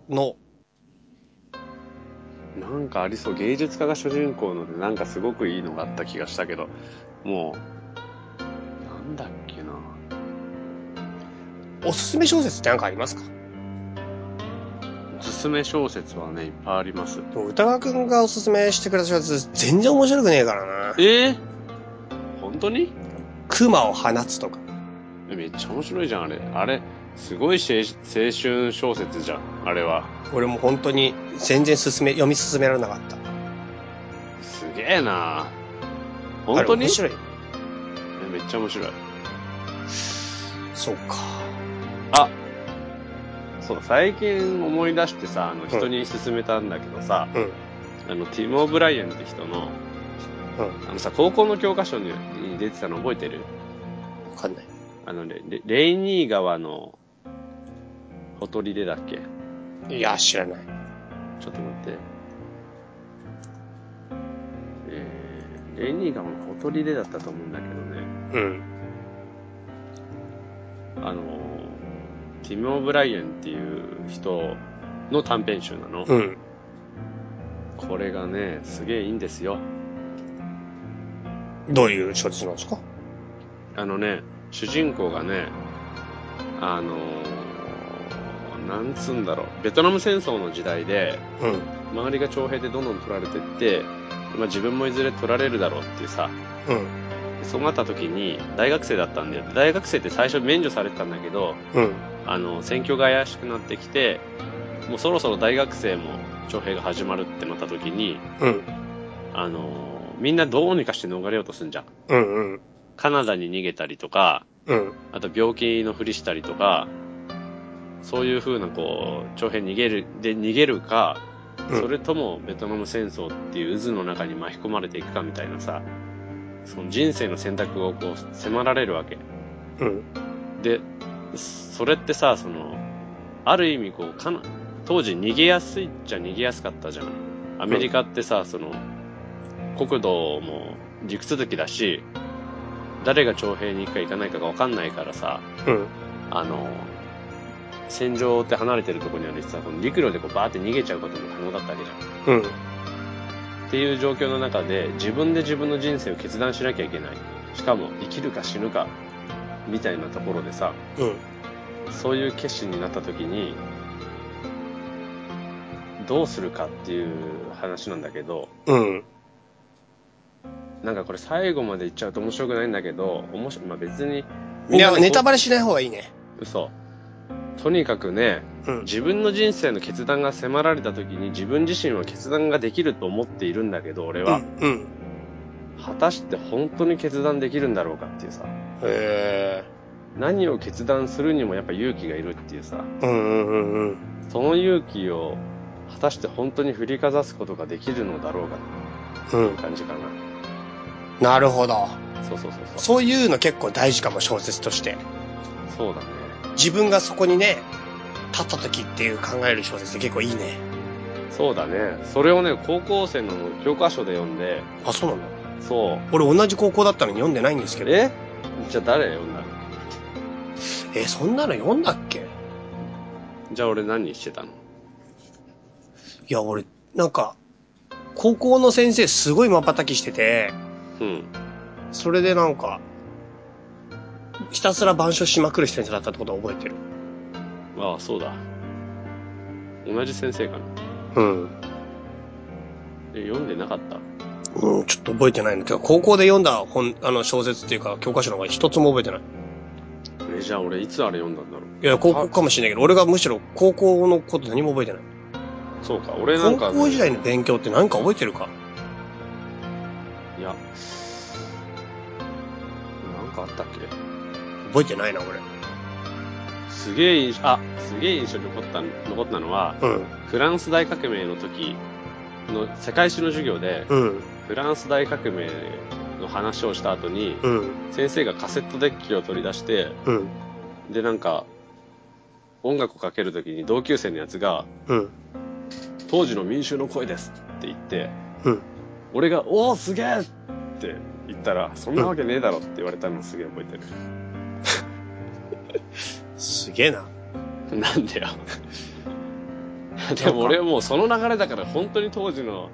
[SPEAKER 1] の、
[SPEAKER 2] なんかありそう。芸術家が主人公ので、なんかすごくいいのがあった気がしたけど、もう、なんだっけな。
[SPEAKER 1] おすすめ小説って何かありますか
[SPEAKER 2] おすすめ小説はね、いっぱいあります。
[SPEAKER 1] もう歌川くんがおすすめしてくれたやつ、全然面白くねえからな。
[SPEAKER 2] えー、本当に
[SPEAKER 1] 熊を放つとか。
[SPEAKER 2] えめっちゃ面白いじゃん、あれ。あれ、すごい青青春小説じゃん、あれは。
[SPEAKER 1] 俺も本当に全然進め、読み進められなかった。
[SPEAKER 2] すげえな本
[SPEAKER 1] あ
[SPEAKER 2] 当
[SPEAKER 1] れ
[SPEAKER 2] に
[SPEAKER 1] 面白い。
[SPEAKER 2] えめっちゃ面白い。
[SPEAKER 1] そうか。
[SPEAKER 2] あ、そう、最近思い出してさ、あの、人に勧めたんだけどさ、
[SPEAKER 1] うん
[SPEAKER 2] あの、ティム・オブライエンって人の、
[SPEAKER 1] うん
[SPEAKER 2] あのさ、高校の教科書にに出てたの覚えてる
[SPEAKER 1] わかんない。
[SPEAKER 2] あのレ、レレイニー川のほとりでだっけ
[SPEAKER 1] いや、知らない。
[SPEAKER 2] ちょっと待って。えー、レイニー川のほとりでだったと思うんだけどね。
[SPEAKER 1] うん。
[SPEAKER 2] あのー、ティム・オブライエンっていう人の短編集なの。
[SPEAKER 1] うん。
[SPEAKER 2] これがね、すげえいいんですよ。
[SPEAKER 1] どういう小説なんですか
[SPEAKER 2] あのね、主人公がね、あのー、なんつうんだろう、ベトナム戦争の時代で、
[SPEAKER 1] うん。
[SPEAKER 2] 周りが徴兵でどんどん取られてって、まあ、自分もいずれ取られるだろうっていうさ、
[SPEAKER 1] うん。
[SPEAKER 2] そうなった時に、大学生だったんだよ。大学生って最初免除されてたんだけど、
[SPEAKER 1] うん。
[SPEAKER 2] あの、選挙が怪しくなってきて、もうそろそろ大学生も徴兵が始まるってなった時に、
[SPEAKER 1] うん。
[SPEAKER 2] あの、みんなどうにかして逃れようとすんじゃん。
[SPEAKER 1] うん。うん。
[SPEAKER 2] カナダに逃げたりとか、
[SPEAKER 1] うん。
[SPEAKER 2] あと病気のふりしたりとか、そういう風なこう、徴兵逃げる、で逃げるか、
[SPEAKER 1] うん
[SPEAKER 2] それともベトナム戦争っていう渦の中に巻き込まれていくかみたいなさ、その人生の選択をこう迫られるわけ。
[SPEAKER 1] うん。
[SPEAKER 2] で、それってさ、その、ある意味こう、かな、当時逃げやすいっちゃ逃げやすかったじゃん。アメリカってさ、その、国土も陸続きだし、誰が徴兵に行くか行かないかがわかんないからさ、
[SPEAKER 1] うん。
[SPEAKER 2] あの、戦場って離れてるところにあるしさ、この陸路でこうバーって逃げちゃうことも可能だったわけじゃん。
[SPEAKER 1] うん。
[SPEAKER 2] っていう状況の中で自分で自分の人生を決断しなきゃいけない。しかも生きるか死ぬか、みたいなところでさ、
[SPEAKER 1] うん。
[SPEAKER 2] そういう決心になった時に、どうするかっていう話なんだけど、
[SPEAKER 1] うん。
[SPEAKER 2] なんかこれ最後まで言っちゃうと面白くないんだけど、面白い、まあ別に、
[SPEAKER 1] いや、ネタ
[SPEAKER 2] ば
[SPEAKER 1] バレしない方がいいね。
[SPEAKER 2] 嘘。とにかくね、
[SPEAKER 1] うん。
[SPEAKER 2] 自分の人生の決断が迫られた時に自分自身は決断ができると思っているんだけど、俺
[SPEAKER 1] う
[SPEAKER 2] は、
[SPEAKER 1] ん。うん。
[SPEAKER 2] 果たして本当に決断できるんだろうかっていうさ、
[SPEAKER 1] へ
[SPEAKER 2] 何を決断するにもやっぱ勇気がいるっていうさ、
[SPEAKER 1] え。うんうんうんうん。
[SPEAKER 2] その勇気を果たして本当に振りかざすことができるのだろうかっ
[SPEAKER 1] う。
[SPEAKER 2] ていうん感じか
[SPEAKER 1] なるほど。
[SPEAKER 2] な。そうそうそうそう。
[SPEAKER 1] そういうの結構大事かも、小説として。
[SPEAKER 2] そうだね。
[SPEAKER 1] 自分がそこにね、立った時っていう考える小説って結構いいね。
[SPEAKER 2] そうだね。それをね、高校生の教科書で読んで、
[SPEAKER 1] あ、そうなの
[SPEAKER 2] そ
[SPEAKER 1] 俺同じ高校だったのに読んでないんですけ。
[SPEAKER 2] う
[SPEAKER 1] ど。
[SPEAKER 2] えじゃあ誰読んだの
[SPEAKER 1] え、そんなの読んだっけ
[SPEAKER 2] じゃあ俺何してたの
[SPEAKER 1] いや、俺、なんか、高校の先生すごい瞬きしてて、
[SPEAKER 2] うん。
[SPEAKER 1] それでなんか、ひたすら板書しまくる先生だったってことは覚えてる。
[SPEAKER 2] ああ、そうだ。同じ先生かな。
[SPEAKER 1] うん。
[SPEAKER 2] え、読んでなかった
[SPEAKER 1] うん、ちょっと覚えてないの。てか、高校で読んだ本、あの、小説っていうか、教科書の方が一つも覚えてない。
[SPEAKER 2] え、じゃあ俺いつあれ読んだんだろう
[SPEAKER 1] いや、高校かもしれないけど、俺がむしろ高校のこと何も覚えてない。
[SPEAKER 2] そうか、俺なんか、
[SPEAKER 1] 高校時代の勉強って何か覚えてるか
[SPEAKER 2] いや、なんかあったっけ
[SPEAKER 1] 覚えてないな、俺。
[SPEAKER 2] すげえ印象、あ、すげえ印象に残った、残ったのは、
[SPEAKER 1] うん。
[SPEAKER 2] フランス大革命の時の世界史の授業で、
[SPEAKER 1] うん。
[SPEAKER 2] フランス大革命の話をした後に、
[SPEAKER 1] うん。
[SPEAKER 2] 先生がカセットデッキを取り出して、
[SPEAKER 1] うん。
[SPEAKER 2] で、なんか、音楽をかける時に同級生のやつが、
[SPEAKER 1] うん。
[SPEAKER 2] 当時の民衆の声ですって言って、
[SPEAKER 1] うん。
[SPEAKER 2] 俺が、おお、すげえって言ったら、そんなわけねえだろって言われたのすげえ覚えてる。
[SPEAKER 1] すげえな。
[SPEAKER 2] なんだよ。 [LAUGHS] [LAUGHS] でも俺はもうその流れだから本当に当時の、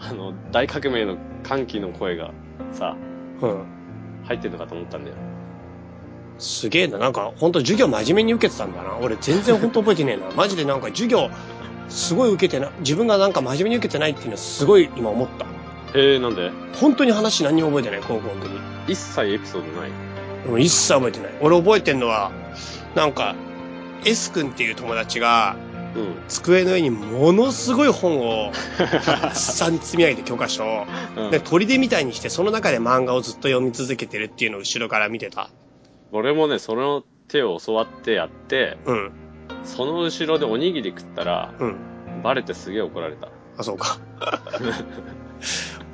[SPEAKER 2] あの、大革命の歓喜の声がさ、
[SPEAKER 1] うん。
[SPEAKER 2] 入ってるのかと思ったんだよ。
[SPEAKER 1] すげえな。なんか、ほんと授業真面目に受けてたんだな。俺全然ほんと覚えてねえな。マジでなんか授業、すごい受けてな、自分がなんか真面目に受けてないっていうのはすごい今思った。
[SPEAKER 2] へえ、なんで
[SPEAKER 1] 本当に話何にも覚えてない、高校の時。
[SPEAKER 2] 一切エピソードない。
[SPEAKER 1] もう一切覚えてない。俺覚えてんのは、なんか、S 君っていう友達が、
[SPEAKER 2] うん。
[SPEAKER 1] 机の上にものすごい本を、たくさん積み上げて教科書を。
[SPEAKER 2] うん
[SPEAKER 1] で、砦みたいにして、その中で漫画をずっと読み続けてるっていうのを後ろから見てた。
[SPEAKER 2] [LAUGHS] 俺もね、その手を教わってやって、
[SPEAKER 1] うん、
[SPEAKER 2] その後ろでおにぎり食ったら、
[SPEAKER 1] うん。
[SPEAKER 2] バレてすげえ怒られた。
[SPEAKER 1] あ、そう
[SPEAKER 2] [LAUGHS]
[SPEAKER 1] か。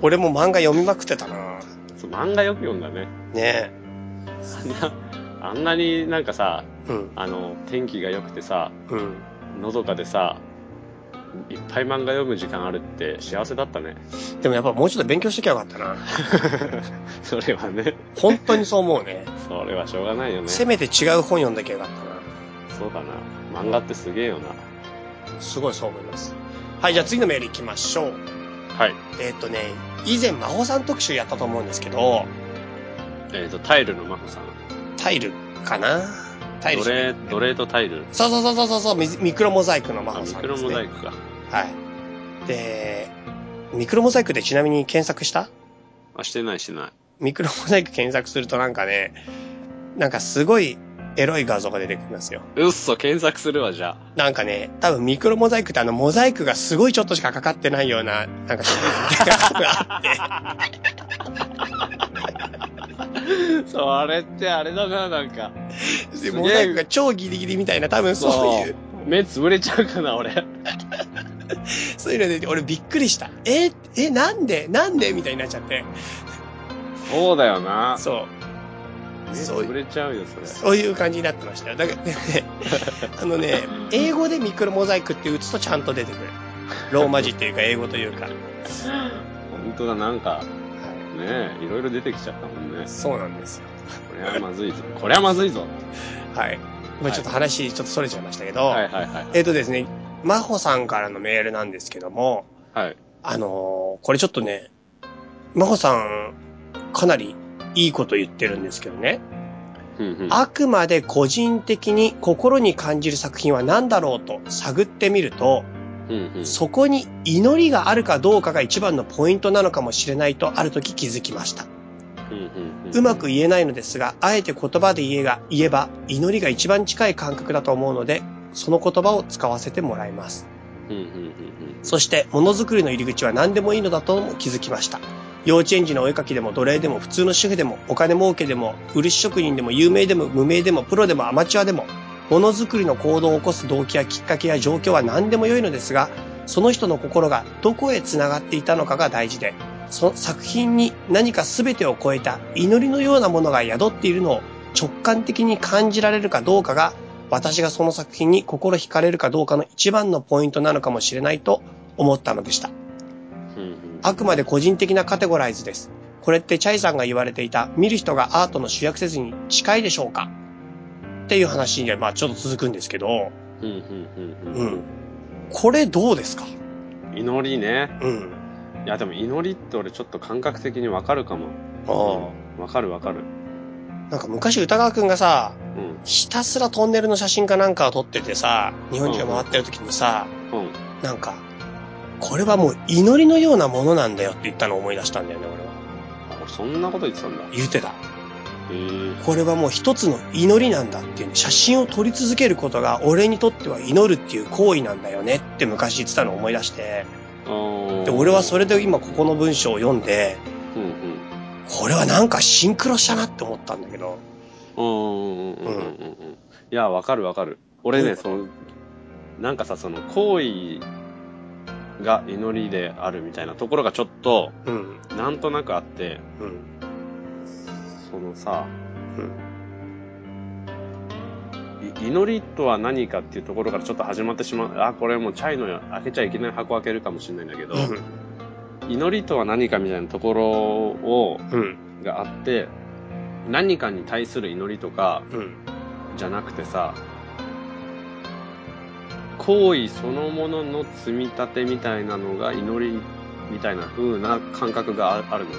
[SPEAKER 1] 俺も漫画読みまくってたな
[SPEAKER 2] そう漫画よく読んだね。 [LAUGHS]
[SPEAKER 1] ね
[SPEAKER 2] あんな、あんなになんかさ、
[SPEAKER 1] え。うん、
[SPEAKER 2] あの、天気が良くてさ、
[SPEAKER 1] うん。
[SPEAKER 2] のどかでさ、いっぱい漫画読む時間あるって幸せだった [LAUGHS] ね。
[SPEAKER 1] でもやっぱもうちょっと勉強してきゃよかったな。
[SPEAKER 2] それはね、
[SPEAKER 1] 本当にそう思うね。
[SPEAKER 2] それはしょうがないよね。そ
[SPEAKER 1] せめて違う本読んだきゃよかったな。
[SPEAKER 2] うだな。漫画ってすげえよな。
[SPEAKER 1] すごいそう思います。はい、じゃあ次のメール行きましょう。
[SPEAKER 2] はい。
[SPEAKER 1] えーっ、とね、以前、魔法さん特集やったと思うんですけど、
[SPEAKER 2] えっ、と、タイルのマホさん。
[SPEAKER 1] タイルかなタイル
[SPEAKER 2] 奴
[SPEAKER 1] じゃない
[SPEAKER 2] 隷、奴隷とタイル。
[SPEAKER 1] そうそうそうそうそうミズ、ミクロモザイクの魔
[SPEAKER 2] あ、
[SPEAKER 1] 法
[SPEAKER 2] ミ
[SPEAKER 1] さんで
[SPEAKER 2] クロ
[SPEAKER 1] すね。
[SPEAKER 2] モザイクか。
[SPEAKER 1] はい。で、ミクロモザイクでちなみに検索した
[SPEAKER 2] あ、してないしてない。
[SPEAKER 1] ミクロモザイク検索するとなんかね、なんかすごいエロい画像が出てくるんですよ。
[SPEAKER 2] うっそ、検索するわ、じゃ
[SPEAKER 1] なんかね、多分ミクロモザイクってあのモザイクがすごいちょっとしかかかってないような、なんかシリーズみたい
[SPEAKER 2] [LAUGHS]
[SPEAKER 1] なのがあって、
[SPEAKER 2] あ。 [LAUGHS] そう、あれってあれだな、なんか。
[SPEAKER 1] でモザイクが超ギリギリみたいな、多分そういう、
[SPEAKER 2] 目潰れちゃうかな、俺。
[SPEAKER 1] そういうので、俺びっくりした。え、え、なんでなんでみたいになっちゃって。
[SPEAKER 2] そうだよな。
[SPEAKER 1] そう。
[SPEAKER 2] 目
[SPEAKER 1] そう
[SPEAKER 2] 潰れちゃうよ、それ。
[SPEAKER 1] そういう感じになってましたよ。だから、ね、あのね、英語でミクロモザイクって打つとちゃんと出てくる。ローマ字っていうか、英語というか。はい
[SPEAKER 2] 本当だ、なんか、ねえ、いろいろ出てきちゃったもんね。
[SPEAKER 1] そうなんですよ。
[SPEAKER 2] これはまずいぞ。これはまずいぞ。
[SPEAKER 1] はい。まあちょっと話、ちょっとそれちゃいましたけど、
[SPEAKER 2] はいはいはい。
[SPEAKER 1] えっ、とですね、マホさんからのメールなんですけども、
[SPEAKER 2] はい。
[SPEAKER 1] あのーこれちょっとね、マホさん、かなりいいこと言ってるんですけどね。
[SPEAKER 2] うんうん。
[SPEAKER 1] あくまで個人的に心に感じる作品は何だろうと探ってみると、
[SPEAKER 2] うんうん。
[SPEAKER 1] そこに祈りがあるかどうかが一番のポイントなのかもしれないとある時気づきました。
[SPEAKER 2] うんうんん
[SPEAKER 1] うまく言えないのですが、あえて言葉で言えが言えば祈りが一番近い感覚だと思うので、その言葉を使わせてもらいます。
[SPEAKER 2] うんうんうん
[SPEAKER 1] そして、ものづくりの入り口は何でもいいのだとも気づきました。幼稚園児のお絵かきでも奴隷でも普通の主婦でもお金儲けでも漆職人でも有名でも無名でもプロでもアマチュアでもものづくりの行動を起こす動機やきっかけや状況は何でも良いのですがその人の心がどこへ繋がっていたのかが大事でその作品に何か全てを超えた祈りのようなものが宿っているのを直感的に感じられるかどうかが私がその作品に心惹かれるかどうかの一番のポイントなのかもしれないと思ったのでした。
[SPEAKER 2] うんうん。
[SPEAKER 1] あくまで個人的なカテゴライズです。これってチャイさんが言われていた見る人がアートの主役せずに近いでしょうかっていう話にまあちょっと続くんですけど、
[SPEAKER 2] うんうんうん
[SPEAKER 1] う
[SPEAKER 2] うん
[SPEAKER 1] ん。これどうですか
[SPEAKER 2] うん。祈りね。
[SPEAKER 1] うん。
[SPEAKER 2] いや、でも祈りって俺ちょっと感覚的にわかるかも。
[SPEAKER 1] あ
[SPEAKER 2] あ。わかるわかる。
[SPEAKER 1] あ。なんか昔歌川くんがさ、
[SPEAKER 2] うん。
[SPEAKER 1] ひたすらトンネルの写真かなんかを撮っててさ、日本中を回ってる時にさ、
[SPEAKER 2] うん。
[SPEAKER 1] なんか、これはもう祈りのようなものなんだよって言ったのを思い出したんだよね、俺は。
[SPEAKER 2] あ、俺そんなこと言ってたんだ。へ
[SPEAKER 1] 言うてた。
[SPEAKER 2] え
[SPEAKER 1] これはもう一つの祈りなんだっていうね、写真を撮り続けることが俺にとっては祈るっていう行為なんだよねって昔言ってたのを思い出して、
[SPEAKER 2] あ
[SPEAKER 1] で、俺はそ
[SPEAKER 2] れ。
[SPEAKER 1] れで今ここの文章を読んで、
[SPEAKER 2] うんうん。
[SPEAKER 1] これはなんかシンクロしたなって思ったんだけど、
[SPEAKER 2] うんうんうんうんうんうん。いや、わかるわかる。俺
[SPEAKER 1] うん
[SPEAKER 2] ね、その、なんかさ、その、行為が祈りであるみたいなところがちょっと、
[SPEAKER 1] うん、
[SPEAKER 2] なんとなくあって、
[SPEAKER 1] うん、
[SPEAKER 2] そのさ、
[SPEAKER 1] うん、
[SPEAKER 2] い祈りとは何かっていうところからちょっと始まってしまう。あ、これもうチャイの開けちゃいけない箱開けるかもしれないんだけど、
[SPEAKER 1] うん、
[SPEAKER 2] 祈りとは何かみたいなところを、
[SPEAKER 1] うん、
[SPEAKER 2] があって、何かに対する祈りとか
[SPEAKER 1] うん、
[SPEAKER 2] じゃなくてさ、行為そのものの積み立てみたいなのが祈りみたいな風な感覚がああるのね。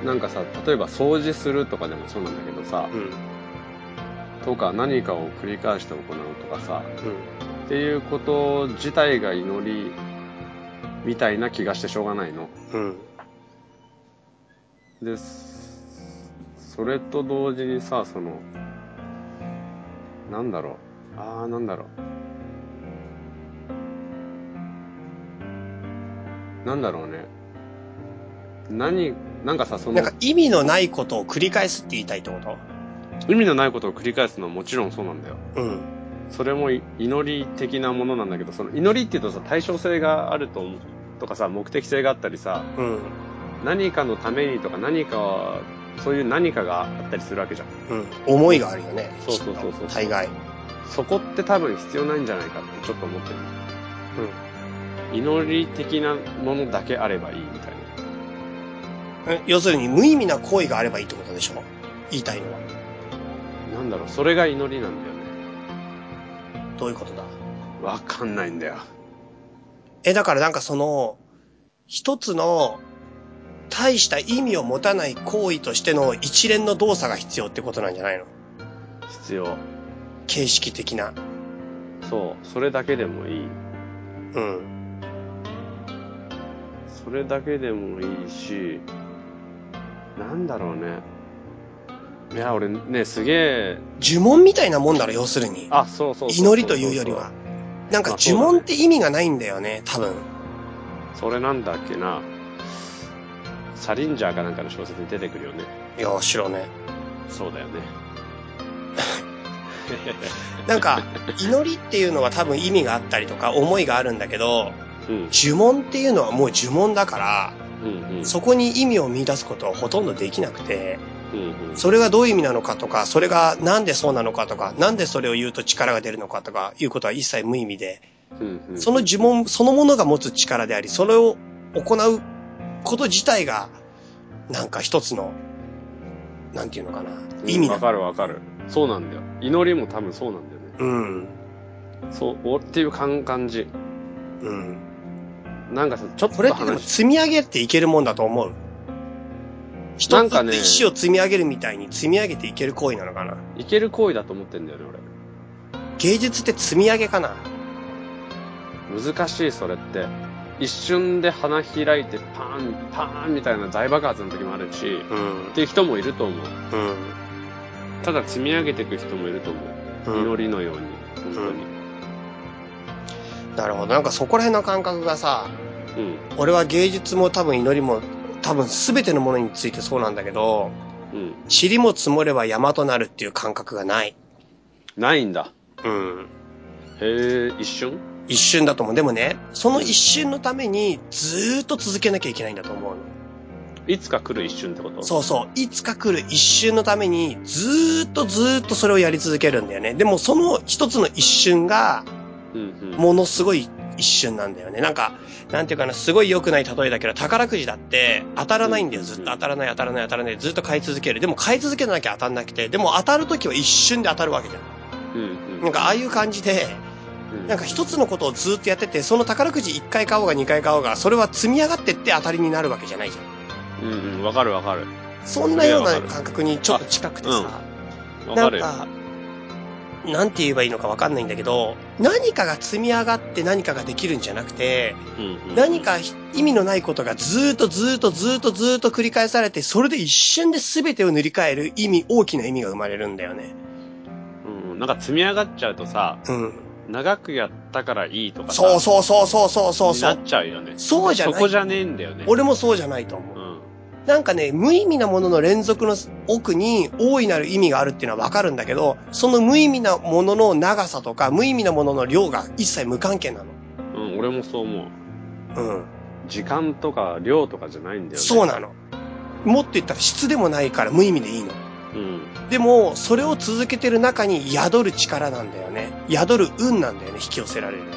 [SPEAKER 1] うん、
[SPEAKER 2] なんかさ、例えば掃除するとかでもそうなんだけどさ、
[SPEAKER 1] うん、
[SPEAKER 2] とか何かを繰り返して行うとかさ、
[SPEAKER 1] うん。
[SPEAKER 2] っていうこと自体が祈りみたいな気がしてしょうがないの。
[SPEAKER 1] うん。
[SPEAKER 2] です。それと同時にさ、その、なんだろう。あー、なんだろう。なんだろうね。何、なんかさ、そ
[SPEAKER 1] な
[SPEAKER 2] の
[SPEAKER 1] ん、か意味のないことを繰り返すって言いたいってこ
[SPEAKER 2] 意味のないことを繰り返すのはもちろんそうなんだよ。
[SPEAKER 1] とうん。
[SPEAKER 2] それもい祈り的なものなんだけど、その祈りっていうとさ、対象性があると思う。とかさ、目的性があったりさ、
[SPEAKER 1] うん。
[SPEAKER 2] 何かのためにとか何か、そういう何かがあったりするわけじゃん。
[SPEAKER 1] うん。思いがあるよね。
[SPEAKER 2] そうそうそうそう
[SPEAKER 1] きっと大概。
[SPEAKER 2] そこって多分必要ないんじゃないかってちょっと思ってる。祈り的なものだけあればいいみたいな。
[SPEAKER 1] うん。要するに無意味な行為があればいいってことでしょ言いたいのは。
[SPEAKER 2] なんだろう、それが祈りなんだよね。
[SPEAKER 1] どういうことだ
[SPEAKER 2] わかんないんだよ。
[SPEAKER 1] え、だからなんかその、一つの、大した意味を持たない行為としての一連の動作が必要ってことなんじゃないの
[SPEAKER 2] 必要。
[SPEAKER 1] 形式的な。
[SPEAKER 2] そう、それだけでもいい。
[SPEAKER 1] うん。
[SPEAKER 2] それだけでもいいし、なんだろうね。いや、俺ね、すげえ、
[SPEAKER 1] 呪文みたいなもんだろ、要するに。
[SPEAKER 2] あ、そうそうそうそう
[SPEAKER 1] 祈りというよりは。。なんか
[SPEAKER 2] まあそう
[SPEAKER 1] 呪
[SPEAKER 2] だね
[SPEAKER 1] 文って意味がないんだよね、多分。
[SPEAKER 2] それなんだっけな。サリンジャーかなんかの小説に出てくるよね。
[SPEAKER 1] いや、しろね。
[SPEAKER 2] そうだよね。
[SPEAKER 1] なん
[SPEAKER 2] [LAUGHS]
[SPEAKER 1] か、祈りっていうのは多分意味があったりとか思いがあるんだけど、
[SPEAKER 2] うん、
[SPEAKER 1] 呪文っていうのはもう呪文だから、
[SPEAKER 2] うん、うん。
[SPEAKER 1] そこに意味を見出すことはほとんどできなくて、
[SPEAKER 2] うん、うん。
[SPEAKER 1] それがどういう意味なのかとか、それがなんでそうなのかとか、なんでそれを言うと力が出るのかとかいうことは一切無意味で、
[SPEAKER 2] うんうん
[SPEAKER 1] その呪文そのものが持つ力であり、それを行うこと自体が、なんか一つの、なんていうのかな、
[SPEAKER 2] うん
[SPEAKER 1] 意味
[SPEAKER 2] わ
[SPEAKER 1] な。
[SPEAKER 2] かるわかる。そうなんだよ。祈りも多分そうなんだよね。
[SPEAKER 1] うん。
[SPEAKER 2] そう、おっていう感感じ。
[SPEAKER 1] うん。
[SPEAKER 2] なんかさ、ちょっ
[SPEAKER 1] これ
[SPEAKER 2] と
[SPEAKER 1] ってでも
[SPEAKER 2] 話し
[SPEAKER 1] 積み上げていけるもんだと思う。一
[SPEAKER 2] なん
[SPEAKER 1] つ
[SPEAKER 2] か
[SPEAKER 1] の
[SPEAKER 2] ね
[SPEAKER 1] 石を積み上げるみたいに積み上げていける行為なのかな。
[SPEAKER 2] いける行為だと思ってんだよね、
[SPEAKER 1] 芸術って積み上げかな。
[SPEAKER 2] 俺。難しい、それって。一瞬で花開いて、パーン、パーンみたいな大爆発の時もあるし、
[SPEAKER 1] うん
[SPEAKER 2] っ。ていう人もいると思う。
[SPEAKER 1] うん。
[SPEAKER 2] ただ積み上げていく人もいると思う。
[SPEAKER 1] うん
[SPEAKER 2] 祈りのように、本当に。
[SPEAKER 1] なるほど。なんかそこら辺の感覚がさ、
[SPEAKER 2] うん、
[SPEAKER 1] 俺は芸術も多分祈りも多分全てのものについてそうなんだけど、
[SPEAKER 2] うん。
[SPEAKER 1] 塵も積もれば山となるっていう感覚がない。
[SPEAKER 2] ないんだ。
[SPEAKER 1] うん。
[SPEAKER 2] へえ、一瞬
[SPEAKER 1] 一瞬だと思う。でもね、その一瞬のためにずーっと続けなきゃいけないんだと思うの。
[SPEAKER 2] いつか来る一瞬ってこと
[SPEAKER 1] そうそう。いつか来る一瞬のためにずーっとずーっとそれをやり続けるんだよね。でもその一つの一瞬が
[SPEAKER 2] う。うん、うん。
[SPEAKER 1] ものすごい一瞬なんだよね。なんか、なんていうかな、すごい良くない例えだけど、宝くじだって当たらないんだよ。ずっと当たらない、当たらない、当たらない。ずっと買い続ける。でも買い続けなきゃ当たんなくて、でも当たるときは一瞬で当たるわけじゃん。
[SPEAKER 2] うん、うん。
[SPEAKER 1] なんかああいう感じで、
[SPEAKER 2] うん、
[SPEAKER 1] なんか一つのことをずっとやってて、その宝くじ1回買おうが2回買おうが、それは積み上がってって当たりになるわけじゃないじゃん。
[SPEAKER 2] うん、うん、わかるわかる。
[SPEAKER 1] そんなよう
[SPEAKER 2] それ
[SPEAKER 1] な
[SPEAKER 2] はわかる
[SPEAKER 1] 感覚にちょっと近くてさ、
[SPEAKER 2] わ
[SPEAKER 1] な
[SPEAKER 2] か
[SPEAKER 1] ん
[SPEAKER 2] るよ。
[SPEAKER 1] か、なんて言えばいいのかわかんないんだけど、何かが積み上がって何かができるんじゃなくて、
[SPEAKER 2] うんうん
[SPEAKER 1] 何か意味のないことがずーっとずーっとずーっとずーっと繰り返されて、それで一瞬で全てを塗り替える意味、大きな意味が生まれるんだよね。
[SPEAKER 2] うんうん、なんか積み上がっちゃうとさ、
[SPEAKER 1] うん。
[SPEAKER 2] 長くやったからいいとかさ、
[SPEAKER 1] そうそうそうそうそうそうそ
[SPEAKER 2] に
[SPEAKER 1] う
[SPEAKER 2] な。っちゃうよね。
[SPEAKER 1] そうじゃない
[SPEAKER 2] そこじゃねえんだよね。
[SPEAKER 1] 俺もそうじゃないと思
[SPEAKER 2] う
[SPEAKER 1] う。
[SPEAKER 2] ん。
[SPEAKER 1] なんかね、無意味なものの連続の奥に大いなる意味があるっていうのはわかるんだけど、その無意味なものの長さとか、無意味なものの量が一切無関係なの。
[SPEAKER 2] うん、俺もそう思
[SPEAKER 1] う
[SPEAKER 2] う。
[SPEAKER 1] ん。
[SPEAKER 2] 時間とか量とかじゃないんだよね。
[SPEAKER 1] そうなの。もっと言ったら質でもないから無意味でいいの。
[SPEAKER 2] うん。
[SPEAKER 1] でも、それを続けてる中に宿る力なんだよね。宿る運なんだよね、引き寄せられる。
[SPEAKER 2] うんう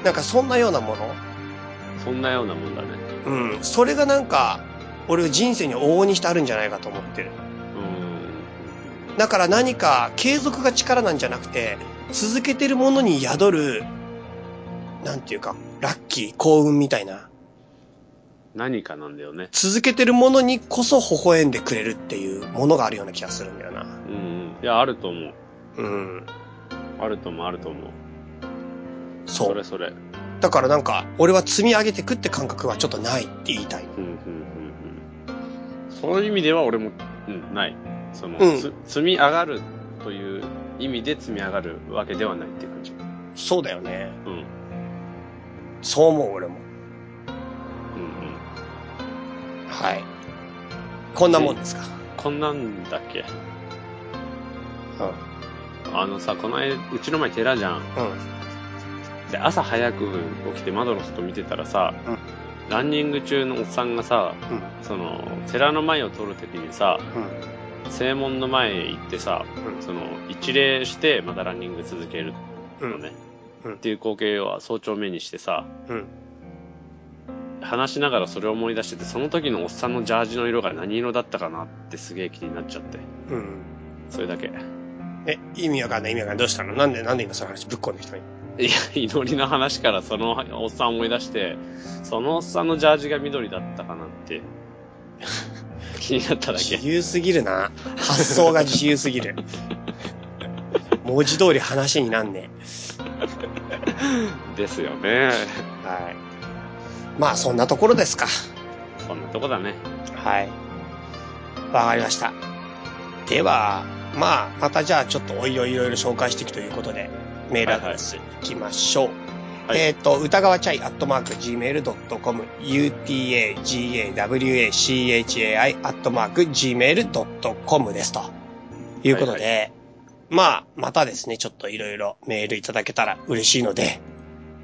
[SPEAKER 2] ん
[SPEAKER 1] なんかそんなようなもの
[SPEAKER 2] うん。そんなようなもんだね。
[SPEAKER 1] うん。それがなんか、俺を人生に往々にしてあるんじゃないかと思ってる。
[SPEAKER 2] うん。
[SPEAKER 1] だから何か継続が力なんじゃなくて、続けてるものに宿る、なんていうか、ラッキー、幸運みたいな。
[SPEAKER 2] 何かなんだよね。
[SPEAKER 1] 続けてるものにこそ微笑んでくれるっていうものがあるような気がするんだよな。
[SPEAKER 2] うんうん。いや、あると思う。
[SPEAKER 1] うん。
[SPEAKER 2] あると思う、あると思う。
[SPEAKER 1] そ
[SPEAKER 2] そうれ。それ。うん、
[SPEAKER 1] だからなんか、俺は積み上げてくって感覚はちょっとないって言いたい。
[SPEAKER 2] うん、うん、うん。そういう意味では俺も、うん、ない。その、
[SPEAKER 1] うん
[SPEAKER 2] つ積み上がるという意味で積み上がるわけではないっていう感じ。
[SPEAKER 1] そうだよね。
[SPEAKER 2] うん、うん、
[SPEAKER 1] そう思う俺も。
[SPEAKER 2] うん。
[SPEAKER 1] はい。こんなもんですか。
[SPEAKER 2] こんなんだっけ
[SPEAKER 1] うん。
[SPEAKER 2] あのさ、この間、うちの前寺じゃん。
[SPEAKER 1] うん。
[SPEAKER 2] で、朝早く起きて窓の外見てたらさ、
[SPEAKER 1] うん
[SPEAKER 2] ランニング中のおっさんがさ、
[SPEAKER 1] うん。
[SPEAKER 2] その、寺の前を通るときにさ、正門の前へ行ってさ、
[SPEAKER 1] うん
[SPEAKER 2] その、一礼して、またランニング続ける
[SPEAKER 1] う
[SPEAKER 2] の
[SPEAKER 1] ん。
[SPEAKER 2] ね、
[SPEAKER 1] うん
[SPEAKER 2] っていう光景は早朝目にしてさ、
[SPEAKER 1] うん。
[SPEAKER 2] 話しながらそれを思い出してて、その時のおっさんのジャージの色が何色だったかなってすげえ気になっちゃって。
[SPEAKER 1] うん。
[SPEAKER 2] それだけ。い
[SPEAKER 1] え、意味わかんない、意味わかんない。どうしたのなんで、なんで今その話ぶっこんできたの
[SPEAKER 2] や、祈りの話からそのおっさん思い出して、そのおっさんのジャージが緑だったかなって、 [LAUGHS] 気になっただけ。
[SPEAKER 1] 自由すぎるな。発想が自由す [LAUGHS] ぎる。文字通り話になんね
[SPEAKER 2] ですよね。
[SPEAKER 1] え。はい。まあ、そんなところですか。
[SPEAKER 2] そんなとこだね。
[SPEAKER 1] はい。わかりました。では、まあ、またじゃあちょっとおいおいいろいろ紹介していくということで、メールアドレスいきましょう。
[SPEAKER 2] はい
[SPEAKER 1] えっ、と、歌川チャイアットマーク Gmail.com、utagawachai アットマーク Gmail.com ですと。いうことで、
[SPEAKER 2] は
[SPEAKER 1] まあ、またですね、ちょっといろいろメールいただけたら嬉しいので、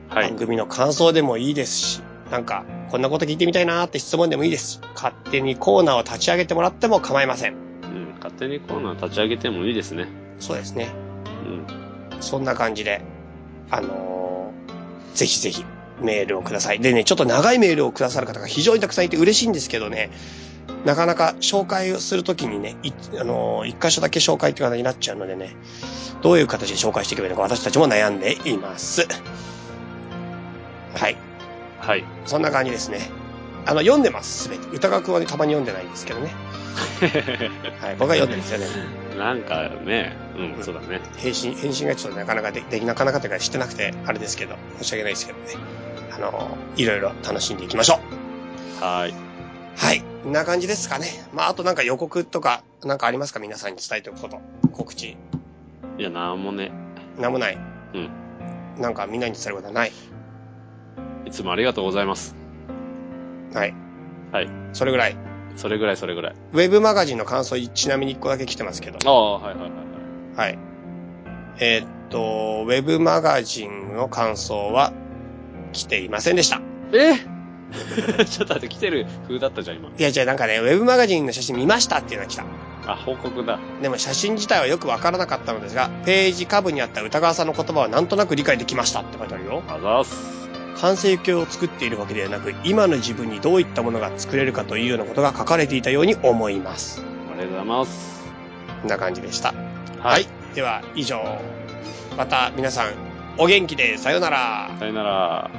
[SPEAKER 2] はい
[SPEAKER 1] 番。組の感想でもいいですし、なんか、こんなこと聞いてみたいなーって質問でもいいですし、勝手にコーナーを立ち上げてもらっても構いません。
[SPEAKER 2] うん、勝手にコーナー立ち上げてもいいですね。
[SPEAKER 1] そうですね。
[SPEAKER 2] うん。
[SPEAKER 1] そんな感じで、あのーぜひぜひメールをください。でね、ちょっと長いメールをくださる方が非常にたくさんいて嬉しいんですけどね、なかなか紹介をするときにね、いあのー一箇所だけ紹介って形になっちゃうのでね、どういう形で紹介していけばいいのか私たちも悩んでいます。はい。
[SPEAKER 2] はい。 [LAUGHS]
[SPEAKER 1] そんな感じですね。あの、読んでます、すべて。歌川くんはね、たまに読んでないんですけどね。はい、僕は読んでますよね。
[SPEAKER 2] なんかね、う、
[SPEAKER 1] うんん
[SPEAKER 2] そうだね。
[SPEAKER 1] 返信、返信がちょっとなかなかでできなかなかというかしてなくて、あれですけど、申し訳ないですけどね。あの、いろいろ楽しんでいきましょう。
[SPEAKER 2] はーい。
[SPEAKER 1] はい、こんな感じですかね。まあ、あとなんか予告とか、なんかありますか皆さんに伝えておくこと。告知。
[SPEAKER 2] いや、なんもね、
[SPEAKER 1] なんもない。
[SPEAKER 2] うん。
[SPEAKER 1] なんかみんなに伝えることはない。
[SPEAKER 2] いつもありがとうございます。
[SPEAKER 1] はい。
[SPEAKER 2] はい。
[SPEAKER 1] それぐらい。
[SPEAKER 2] それぐらい、それぐらい。
[SPEAKER 1] ウェブマガジンの感想、ちなみに1個だけ来てますけど。
[SPEAKER 2] ああ、はいはいはいはい。
[SPEAKER 1] はい。えーっと、ウェブマガジンの感想は来ていませんでした。
[SPEAKER 2] え [LAUGHS] ちょっと待って、来てる風だったじゃん、今。
[SPEAKER 1] いや、じゃあなんかね、ウェブマガジンの写真見ましたっていうのが来た。
[SPEAKER 2] あ、報告だ。
[SPEAKER 1] でも写真自体はよくわからなかったのですが、ページ下部にあった歌川さんの言葉はなんとなく理解できましたって書いてあるよ。
[SPEAKER 2] あざーす。
[SPEAKER 1] 完成形を作っているわけではなく、今の自分にどういったものが作れるかというようなことが書かれていたように思います。
[SPEAKER 2] ありがとうございます。
[SPEAKER 1] こんな感じでした。
[SPEAKER 2] は
[SPEAKER 1] はい。では、以上。また皆さん、お元気で、さようなら。
[SPEAKER 2] さよなら。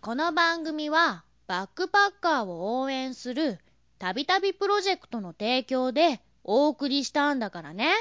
[SPEAKER 3] この番組はバックパッカーを応援するたびたびプロジェクトの提供でお送りしたんだからね。